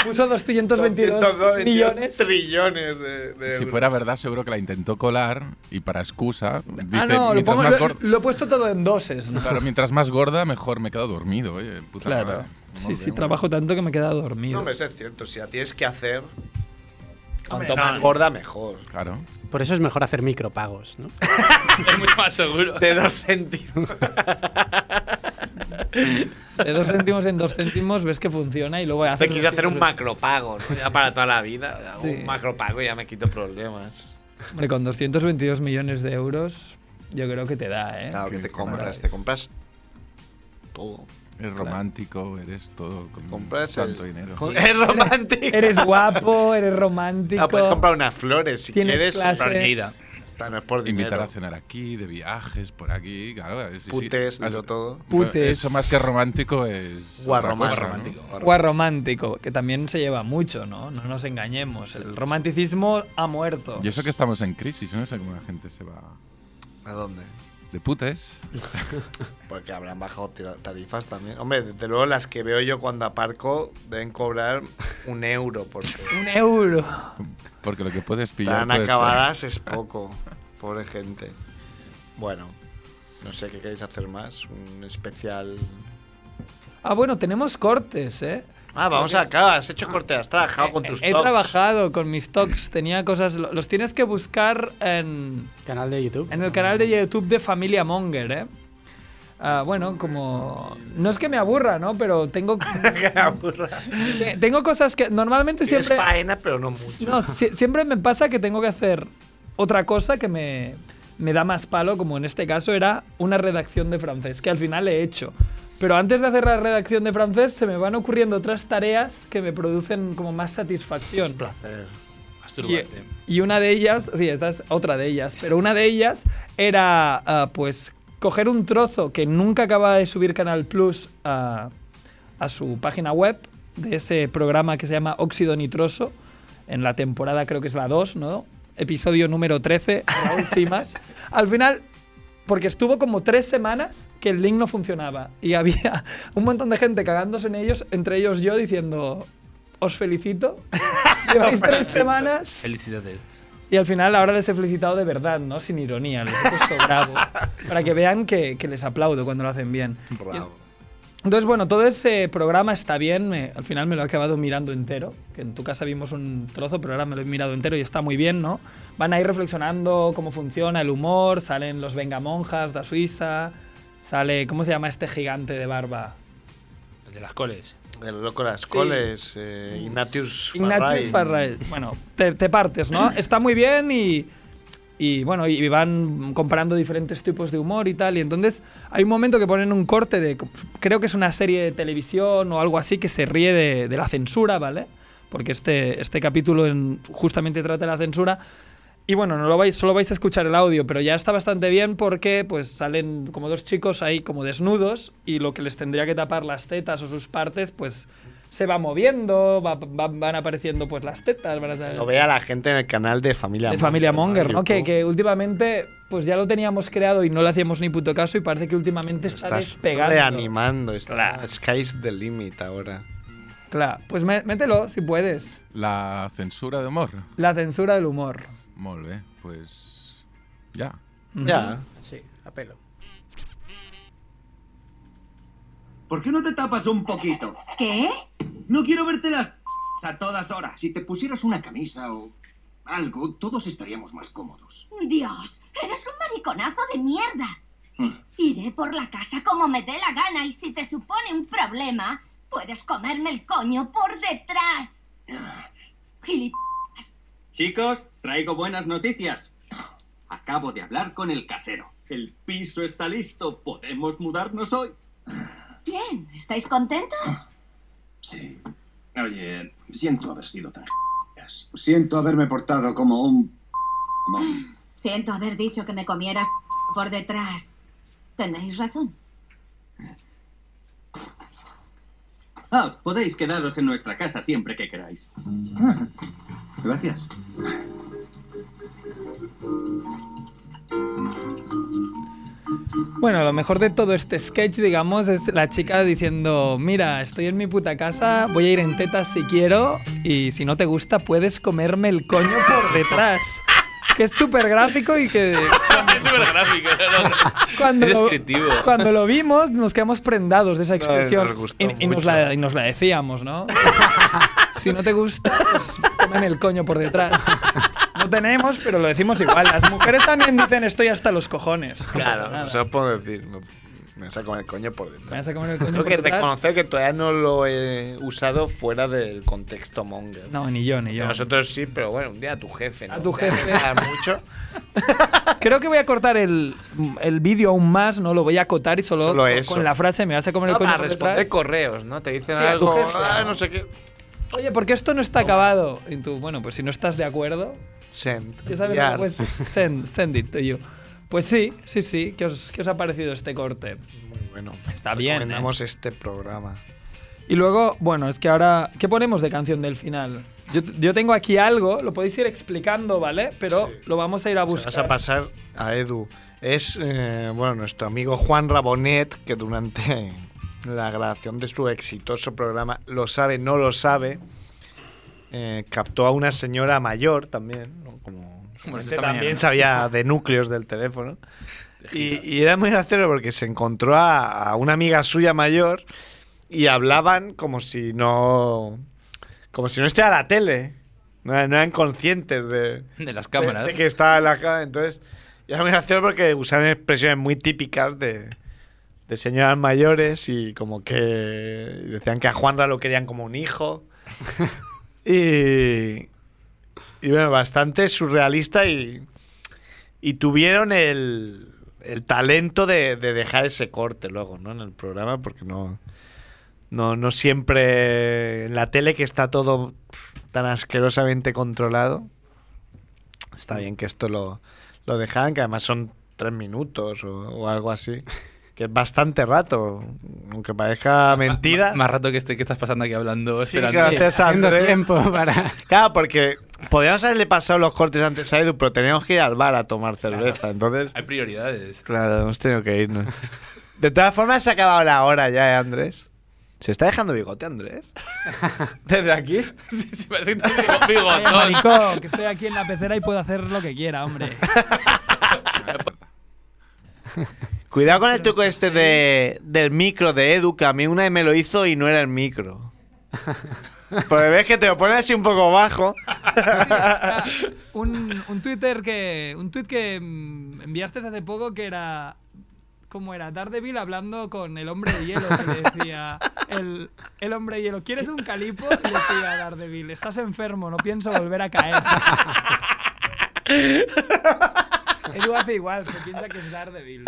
puso 222
222
millones.
Trillones de, de
si
euros.
fuera verdad, seguro que la intentó colar y para excusa dice,
Ah, no, lo,
mientras
pongo-
más
lo-
gorda...
lo he puesto todo en doses, ¿no?
Claro, mientras más gorda, mejor me quedo dormido, oye, puta
Claro.
madre. Ah, Muy
Sí,
bien,
sí,
bueno.
trabajo tanto que me he quedado
No,
dormido.
hombre, eso es cierto. Si la tienes que hacer, cuanto
Hombre,
más
no.
gorda, mejor.
Claro.
Por eso es mejor hacer micropagos, ¿no?
es mucho más seguro.
De dos céntimos.
De dos céntimos en dos céntimos ves que funciona y luego haces...
Te quise hacer un macropago, ¿no? Ya para toda la vida. hago
Sí.
Un macropago y ya me quito problemas.
Hombre, con 222 millones de euros yo creo que te da, ¿eh?
Claro, que
Qué
te compras,
maravilla.
te compras todo.
Eres romántico, eres todo con
Compras
tanto
el-
dinero.
con-
Es romántico.
Eres guapo, eres romántico.
Ah, puedes comprar unas flores si
Tienes
quieres.
clase.
Plan Lleida.
Esta no es por dinero.
Invitar a cenar aquí, de viajes por aquí, claro. sí, sí.
Putes,
Has-
dilo todo.
Putes.
Eso más que romántico es. otra
Guarromán.
cosa, ¿no?
Guarromántico, que también se lleva mucho, ¿no? No nos engañemos. El romanticismo ha muerto.
Y eso que estamos en crisis, yo no sé cómo la gente se va.
¿A dónde?
De putes.
Porque habrán bajado tira- tarifas también. Hombre, desde luego las que veo yo cuando aparco deben cobrar un euro porque
Un euro.
Porque lo que puedes pillar.
tan
pues, puede ser.
acabadas es poco. Pobre gente. Bueno, no sé qué queréis hacer más. Un especial.
Ah, bueno, tenemos cortes, ¿eh?
Ah, vamos a acá. Has hecho corte, has trabajado con tus
He
tops.
trabajado con mis tocs, tenía cosas... lo- Los tienes que buscar en...
Canal de YouTube.
En el canal de YouTube de Familia Monger, ¿eh? Ah, bueno, como... No es que me aburra, ¿no? Pero tengo... Te- tengo cosas que normalmente
Tienes
siempre...
faena, pero no mucho.
No, si- siempre me pasa que tengo que hacer otra cosa que me... me da más palo, como en este caso era una redacción de francés, que al final he hecho. Pero antes de hacer la redacción de francés se me van ocurriendo otras tareas que me producen como más satisfacción. Y,
Masturbarte.
y una de ellas, sí, esta es otra de ellas, pero una de ellas era, ah, pues, coger un trozo que nunca acaba de subir Canal Plus a, a su página web, de ese programa que se llama Óxido Nitroso, en la temporada creo que es la 2, ¿no? Episodio número 13, Raúl Cimas. Al final, porque estuvo como tres semanas que el link no funcionaba y había un montón de gente cagándose en ellos, entre ellos yo diciendo, os felicito, lleváis tres semanas
Felicidades.
y al final ahora les he felicitado de verdad, ¿no? Sin ironía, les he puesto bravo. Para que vean que, que les aplaudo cuando lo hacen bien.
Bravo.
Entonces, bueno, todo ese programa está bien. me- al final me lo he acabado mirando entero. Que en tu casa vimos un trozo, pero ahora me lo he mirado entero y está muy bien, ¿no? Van a ir reflexionando cómo funciona el humor. Salen los Vengamonjas de Suiza. Sale, ¿cómo se llama este gigante de barba?
El de las coles.
El loco de las coles, eh, Ignatius
Ignatius Farray. Bueno, te, te partes, ¿no? Está muy bien y, y, bueno, y van comparando diferentes tipos de humor y tal. Y entonces hay un momento que ponen un corte de, creo que es una serie de televisión o algo así que se ríe de, de la censura, ¿vale? Porque este, este capítulo en- justamente trata de la censura. Y bueno, no lo vais, solo vais a escuchar el audio, pero ya está bastante bien porque pues salen como dos chicos ahí como desnudos y lo que les tendría que tapar las tetas o sus partes, pues se va moviendo, va- va- van apareciendo pues las tetas, van a salir-
Lo vea la gente en el canal de Familia
de Familia
Monger,
Monger, ¿no? Que, que últimamente pues ya lo teníamos creado y no le hacíamos ni puto caso y parece que últimamente está
Estás
despegando.
reanimando. Está,
Claro.
Sky's the limit ahora.
Claro, pues mé- mételo si puedes.
La censura de humor.
La censura del humor.
Molt bé, pues... Ya.
Ya.
Sí, a pelo.
¿Por qué no te tapas un poquito?
¿Qué?
No quiero verte las a todas horas. Si te pusieras una camisa o algo, todos estaríamos más cómodos.
Dios, eres un mariconazo de mierda. Iré por la casa como me dé la gana y si te supone un problema, puedes comerme el coño por detrás. Gilip...
Chicos, traigo buenas noticias. Acabo de hablar con el casero. El piso está listo. Podemos mudarnos hoy.
¿Quién? ¿Estáis contentos?
Sí. Oye, siento haber sido tan... Siento haberme portado como un... Como un...
Siento haber dicho que me comieras por detrás. Tenéis razón.
Ah, podéis quedaros en nuestra casa siempre que queráis. Ah, Gracias.
Bueno, lo mejor de todo este sketch, digamos, es la chica diciendo, mira, estoy en mi puta casa, voy a ir en tetas si quiero y si no te gusta puedes comerme el coño por detrás. que es súper gráfico y que
es súper gráfico. ¿no?
cuando,
Es
lo,
descriptivo.
cuando lo vimos nos quedamos prendados de esa
nos
expresión
gustó
y, y nos la, y nos la decíamos, ¿no? si no te gusta, pues cómeme el coño por detrás. No tenemos, pero lo decimos igual. Las mujeres también dicen estoy hasta los cojones. No pasa nada.
Claro, eso puedo decir. no- Me saco el coño por
Me
detrás.
vas a comer el coño
Tengo
por
que
detrás.
reconocer que todavía no lo he usado fuera del contexto Monger.
No, ni yo, ni
Que
yo.
Nosotros sí, pero bueno, un día a tu jefe. ¿no?
A tu
Un día
jefe.
te da mucho.
Creo que voy a cortar el, el vídeo aún más, ¿no? Lo voy a acotar y solo,
Solo
con-
eso.
con la frase me vas a comer el
No,
coño
para
por
responder
detrás.
correos, ¿no? Te dicen
Sí, a tu
algo.
jefe.
"Ah, no
no sé qué.
Oye, ¿por qué esto no está acabado? Y tú, bueno, pues si no estás de acuerdo,
Send.
ya sabes,
Enviar.
pues send, send it to you. Pues sí, sí, sí. ¿Qué os, qué os ha parecido este corte?
Muy bueno.
Está bien, ¿eh?
Recomendamos este programa.
Y luego, bueno, es que ahora, ¿qué ponemos de canción del final? Yo, yo tengo aquí algo, lo podéis ir explicando, ¿vale? Pero lo vamos a ir a
Se
buscar.
vas a pasar a Edu. Es, eh, bueno, nuestro amigo Juan Rabonet, que durante la grabación de su exitoso programa Lo sabe, no lo sabe, eh, captó a una señora mayor también, ¿no? como
Como
este
esta
también
mañana.
sabía de núcleos del teléfono. Y, y era muy gracioso porque se encontró a, a una amiga suya mayor y hablaban como si no. como si no estuviera la tele. No, no eran conscientes de
De las
de-
cámaras.
de que estaba en la cámara. Entonces, ya me gracioso porque usaban expresiones muy típicas de, de señoras mayores y como que decían que a Juanra lo querían como un hijo. y, y bueno, bastante surrealista y, Y tuvieron el, el talento de, de dejar ese corte luego, ¿no? En el programa, porque no, no, no siempre en la tele que está todo pff, tan asquerosamente controlado. Está bien que esto lo, lo dejaran, que además son tres minutos o, o algo así. Que es bastante rato, aunque parezca mentira.
Más rato que, este, que estás pasando aquí hablando,
Sí,
esperando.
gracias a Andrés.
para...
Claro, porque podíamos haberle pasado los cortes antes a Edu, pero teníamos que ir al bar a tomar cerveza. Entonces,
Hay prioridades.
claro, hemos tenido que irnos. De todas formas, se ha acabado la hora ya, ¿eh, Andrés? ¿Se está dejando bigote, Andrés? ¿Desde aquí?
Sí, sí, parece que tiene bigo- bigotón.
Vaya, maricón, que estoy aquí en la pecera y puedo hacer lo que quiera, hombre.
Cuidado con el truco este de, del micro de Edu, que a mí una vez me lo hizo y no era el micro. Porque ves que te lo pones así un poco bajo.
un, un Twitter que un tweet que mm, enviaste hace poco que era como era Daredevil hablando con el hombre de hielo que le decía el, el hombre de hielo ¿quieres un calipo? y decía Daredevil estás enfermo no pienso volver a caer Edu hace igual se piensa que es Daredevil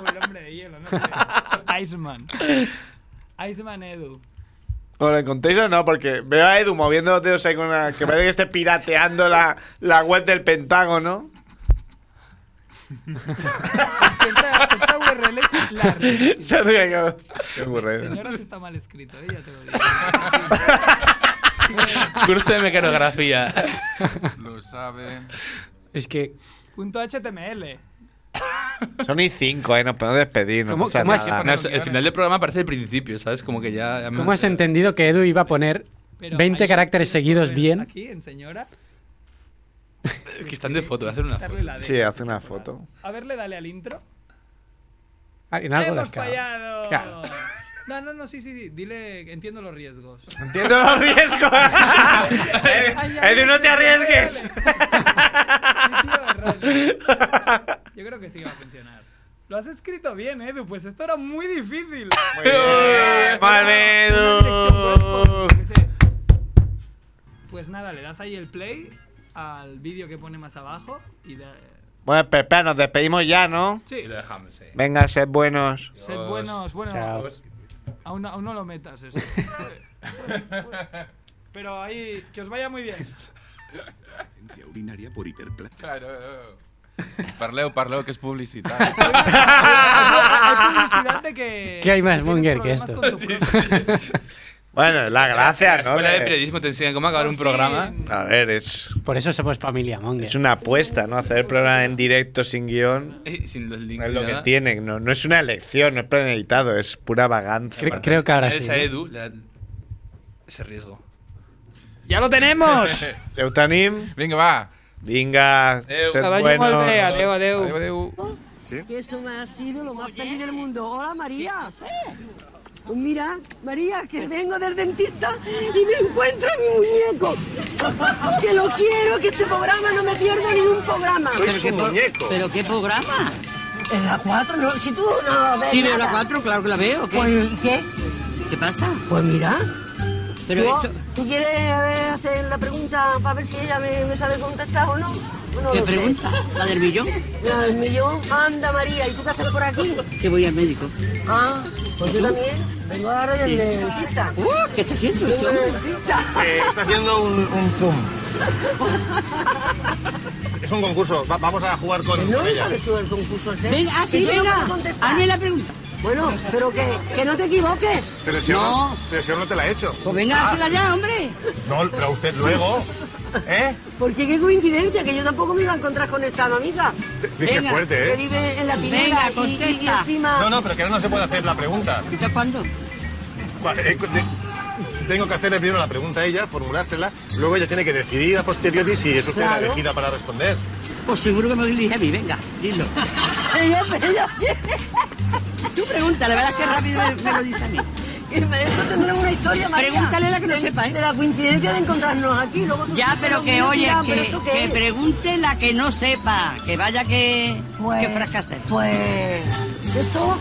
o el hombre de hielo no sé es Iceman Iceman Edu
¿Os lo contéis o no? Porque veo a Edu moviendo los dedos ahí con una... Que parece que esté pirateando la, la web del Pentágono.
es que esta, esta URL es larguísima
Se ríe que- Qué aburrido.
Señoras está mal escrito, ¿eh? ya te lo digo. Sí, sí.
Curso de mecanografía.
Lo sabe.
Es que,
Punto HTML.
Son y cinco, eh. Nos podemos despedir. No
¿Cómo-
pasa
cómo has-
nada.
No, o sea, el final del programa parece el principio, ¿sabes? Como que ya. ya me-
¿cómo has entendido que Edu iba a poner
Pero
20
ahí
caracteres
tienes que
seguidos
volver
bien?
Aquí, en señoras.
Es que están de foto, hacen una foto.
Darle la D.
Sí, hace una foto.
A verle, dale al intro.
Ah, en algo las
¡Hemos
cago.
fallado!
Claro.
No, no, no, sí, sí, sí. Dile, entiendo los riesgos.
Entiendo los riesgos. ¿eh? Edu, Edu, no te arriesgues.
Sí, tío, errores. ¿eh? Yo creo que sí va a funcionar. Lo has escrito bien, Edu. Pues esto era muy difícil.
Muy bien. Muy bien, Edu.
Yo qué sé. Pues nada, le das ahí el play al vídeo que pone más abajo y da-
Bueno, Pepe, nos despedimos ya, ¿no?
Sí,
Y lo dejamos, sí.
Venga, sed buenos.
sed buenos, bueno,
Chao.
aún, no- aún no lo metas eso. Pero ahí, que os vaya muy bien.
urinaria por hiperplasia.
Claro. Parleo, parleo, que es publicitario.
Hay publicidad de que...
¿Qué hay más
que tienes
monger que
problemas
esto?
con tu propio-
Bueno, la
La
gracia, ¿no?
escuela de
De-
periodismo te enseña cómo acabar un
Sí.
programa.
A ver, es,
Por eso somos familia Monger.
es una apuesta, ¿no? Hacer el programa en directo sin guión
eh, sin los links.
es
ni
lo que
nada.
tiene. No, no es una elección, no es premeditado, es pura vagancia.
Cre- creo que ahora sí. ¿eh?
Eres a Edu, le da ese riesgo.
¡Ya lo tenemos!
Eutanim,
Venga, va.
venga,
Adeu.
sed
Caballo
buenos.
molde, adeu, adeu.
Adiós, adiós.
Que eso me ha sido lo más feliz del mundo. Hola, María. Pues mira, María, que vengo del dentista y me encuentro a mi muñeco. Que lo quiero, que este programa no me pierda ni un programa.
muñeco.
¿Pero qué programa? En la 4, no, si tú no lo ves. Sí, veo la 4, claro que la veo. Pues, ¿y qué? ¿Qué pasa? Pues mira. Pero ¿Tú, ¿tú quieres a ver, hacer la pregunta para ver si ella me, me sabe contestar o no? ¿Qué pregunta? ¿La del millón? La del millón. Anda, María, ¿y tú qué haces por aquí? Que voy al médico. Ah, pues yo también. Vengo ahora del dentista. Uh, ¿Qué está haciendo? Vengo del dentista.
está haciendo un, zoom. es un concurso. vamos a jugar con.
No me sabes tú el concurso ese. Venga, ah, sí, venga. Hazme la pregunta. Bueno, pero que, que no te equivoques.
Pero si, no. pero si aún no te la he hecho.
Pues venga, hazla ya, hombre.
Ah. No, pero usted luego. ¿Eh?
Porque qué coincidencia, que yo tampoco me iba a encontrar con esta mamiga.
Sí, qué fuerte,
Que
¿eh?
vive en la pineda y- y, y encima...
No, no, pero que ahora no se puede hacer la pregunta.
¿Y cuándo?
Vale, eh, te- Tengo que hacerle primero la pregunta a ella, formulársela, luego ella tiene que decidir a posteriori si es usted
Claro.
la elegida para responder.
Pues seguro que me elige a mí, venga, dilo. ella, ella... Tú pregúntale, verás que rápido me lo dice a mí. Esto tendrá una historia, María. Pregúntale la que no sepa, ¿eh? De la coincidencia de encontrarnos aquí. Luego ya, pero que oye, que, que pregunte la que no sepa. Que vaya que, que fracase. Pues... ¿Esto?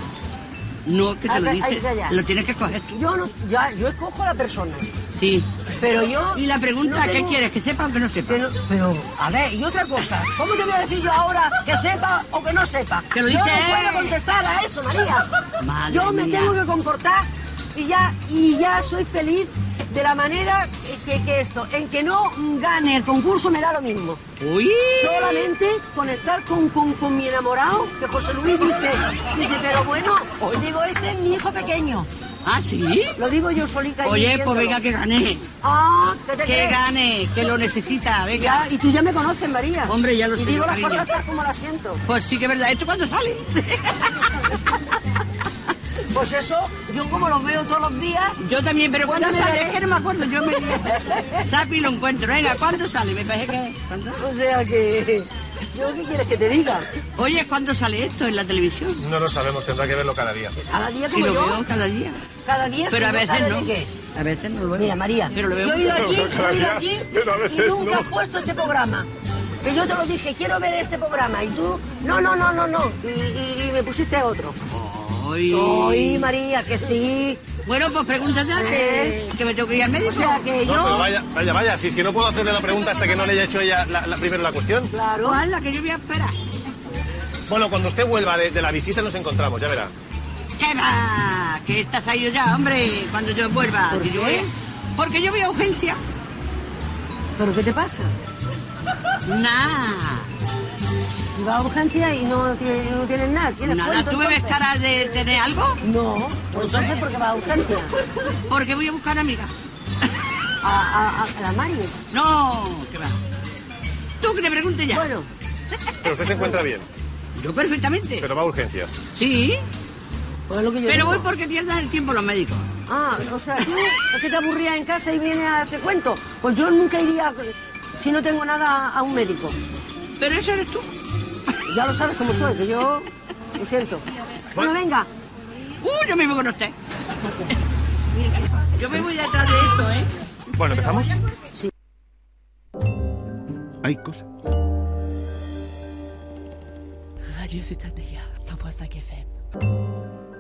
No, que te lo dice. Lo tienes que coger tú. Yo, no, ya, yo escojo a la persona. Sí.
Pero yo.
¿Y la pregunta qué quieres?
¿Que sepa o que no sepa? pero, a ver, y otra cosa. ¿Cómo te voy a decir yo ahora que sepa o que no sepa?
Que lo
yo
dice
no
él.
puedo contestar a eso, María.
Madre
yo me
mía.
tengo que comportar y ya, y ya soy feliz de la manera que, que esto. En que no gane el concurso me da lo mismo.
Uy.
Solamente con estar con, con, con mi enamorado, que José Luis dice, dice, pero bueno, digo, este es mi hijo pequeño.
¿Ah, sí?
Lo digo yo solita. allí
Oye, pues
viéndolo.
venga que gané.
Ah, ¿qué te
Que
crees?
gane, que lo necesita, venga.
Ya, y tú ya me conoces, María.
Hombre, ya lo
Y
sé,
digo las
cariño.
cosas tal como las siento.
Pues sí que es verdad. ¿Esto cuándo sale?
Pues eso, yo como los veo todos los días.
Yo también, pero ¿cuándo
Pues ya me
sale?
veré.
Es que no me acuerdo, yo me... Sapi lo encuentro, venga, ¿cuándo sale? Me parece que... ¿Cuándo?
O sea que... ¿Yo qué quieres que te diga?
Oye, ¿cuándo sale esto en la televisión?
No lo sabemos, tendrá que verlo cada día.
Cada día
Sí,
como
lo
yo.
veo cada día.
Cada día
Pero
sí,
a
no
veces
sabe
no.
de qué.
A veces no lo veo.
Mira, María,
Pero lo veo.
yo he ido aquí, yo
Cada
he ido
día,
aquí
pero a
y
veces
nunca
no.
has puesto este programa. Que yo te lo dije, quiero ver este programa. Y tú, no, no, no, no, no. Y, y- y me pusiste otro.
Ay.
Ay, María, que sí.
Bueno, pues pregúntate que, que me tengo que ir al médico.
Eh. O sea que
No, pero
yo...
vaya, vaya, vaya, si es que no puedo hacerle la pregunta hasta que no le haya hecho ella la, la- primero la cuestión.
Claro.
¿Cuál? La que yo voy a esperar.
Bueno, cuando usted vuelva de, de la visita nos encontramos, ya verá.
¿Qué va? Que estás ahí ya, hombre, cuando yo vuelva.
¿Por
Que yo,
qué?
¿eh? Porque yo voy a urgencia.
¿Pero qué te pasa?
Nah.
Y va a urgencia y no, tiene- no tienes nada. ¿Tienes
Nada,
cuento,
¿tú me ves
entonces?
cara de tener algo?
No, pues entonces porque va a urgencia.
Porque voy a buscar a amiga.
A, a- a la Mari.
No, que va. Tú que le preguntes ya.
Bueno.
Pero usted se encuentra bien.
Yo perfectamente.
Pero va a urgencias.
Sí.
yo
Pero
digo.
voy porque pierdas el tiempo los médicos.
Ah, o sea, tú es que te aburrías en casa y vienes a ese cuento. Pues yo nunca iría, si no tengo nada, a un médico.
Pero eso eres tú.
Ya lo sabes como soy, que yo lo siento. Bueno, venga.
Uh, yo me voy con usted. Yo me voy detrás de esto, ¿eh?
Bueno, ¿empezamos?
Sí.
Hay cosas.
Radio Ciutat Bella, 100.5 FM.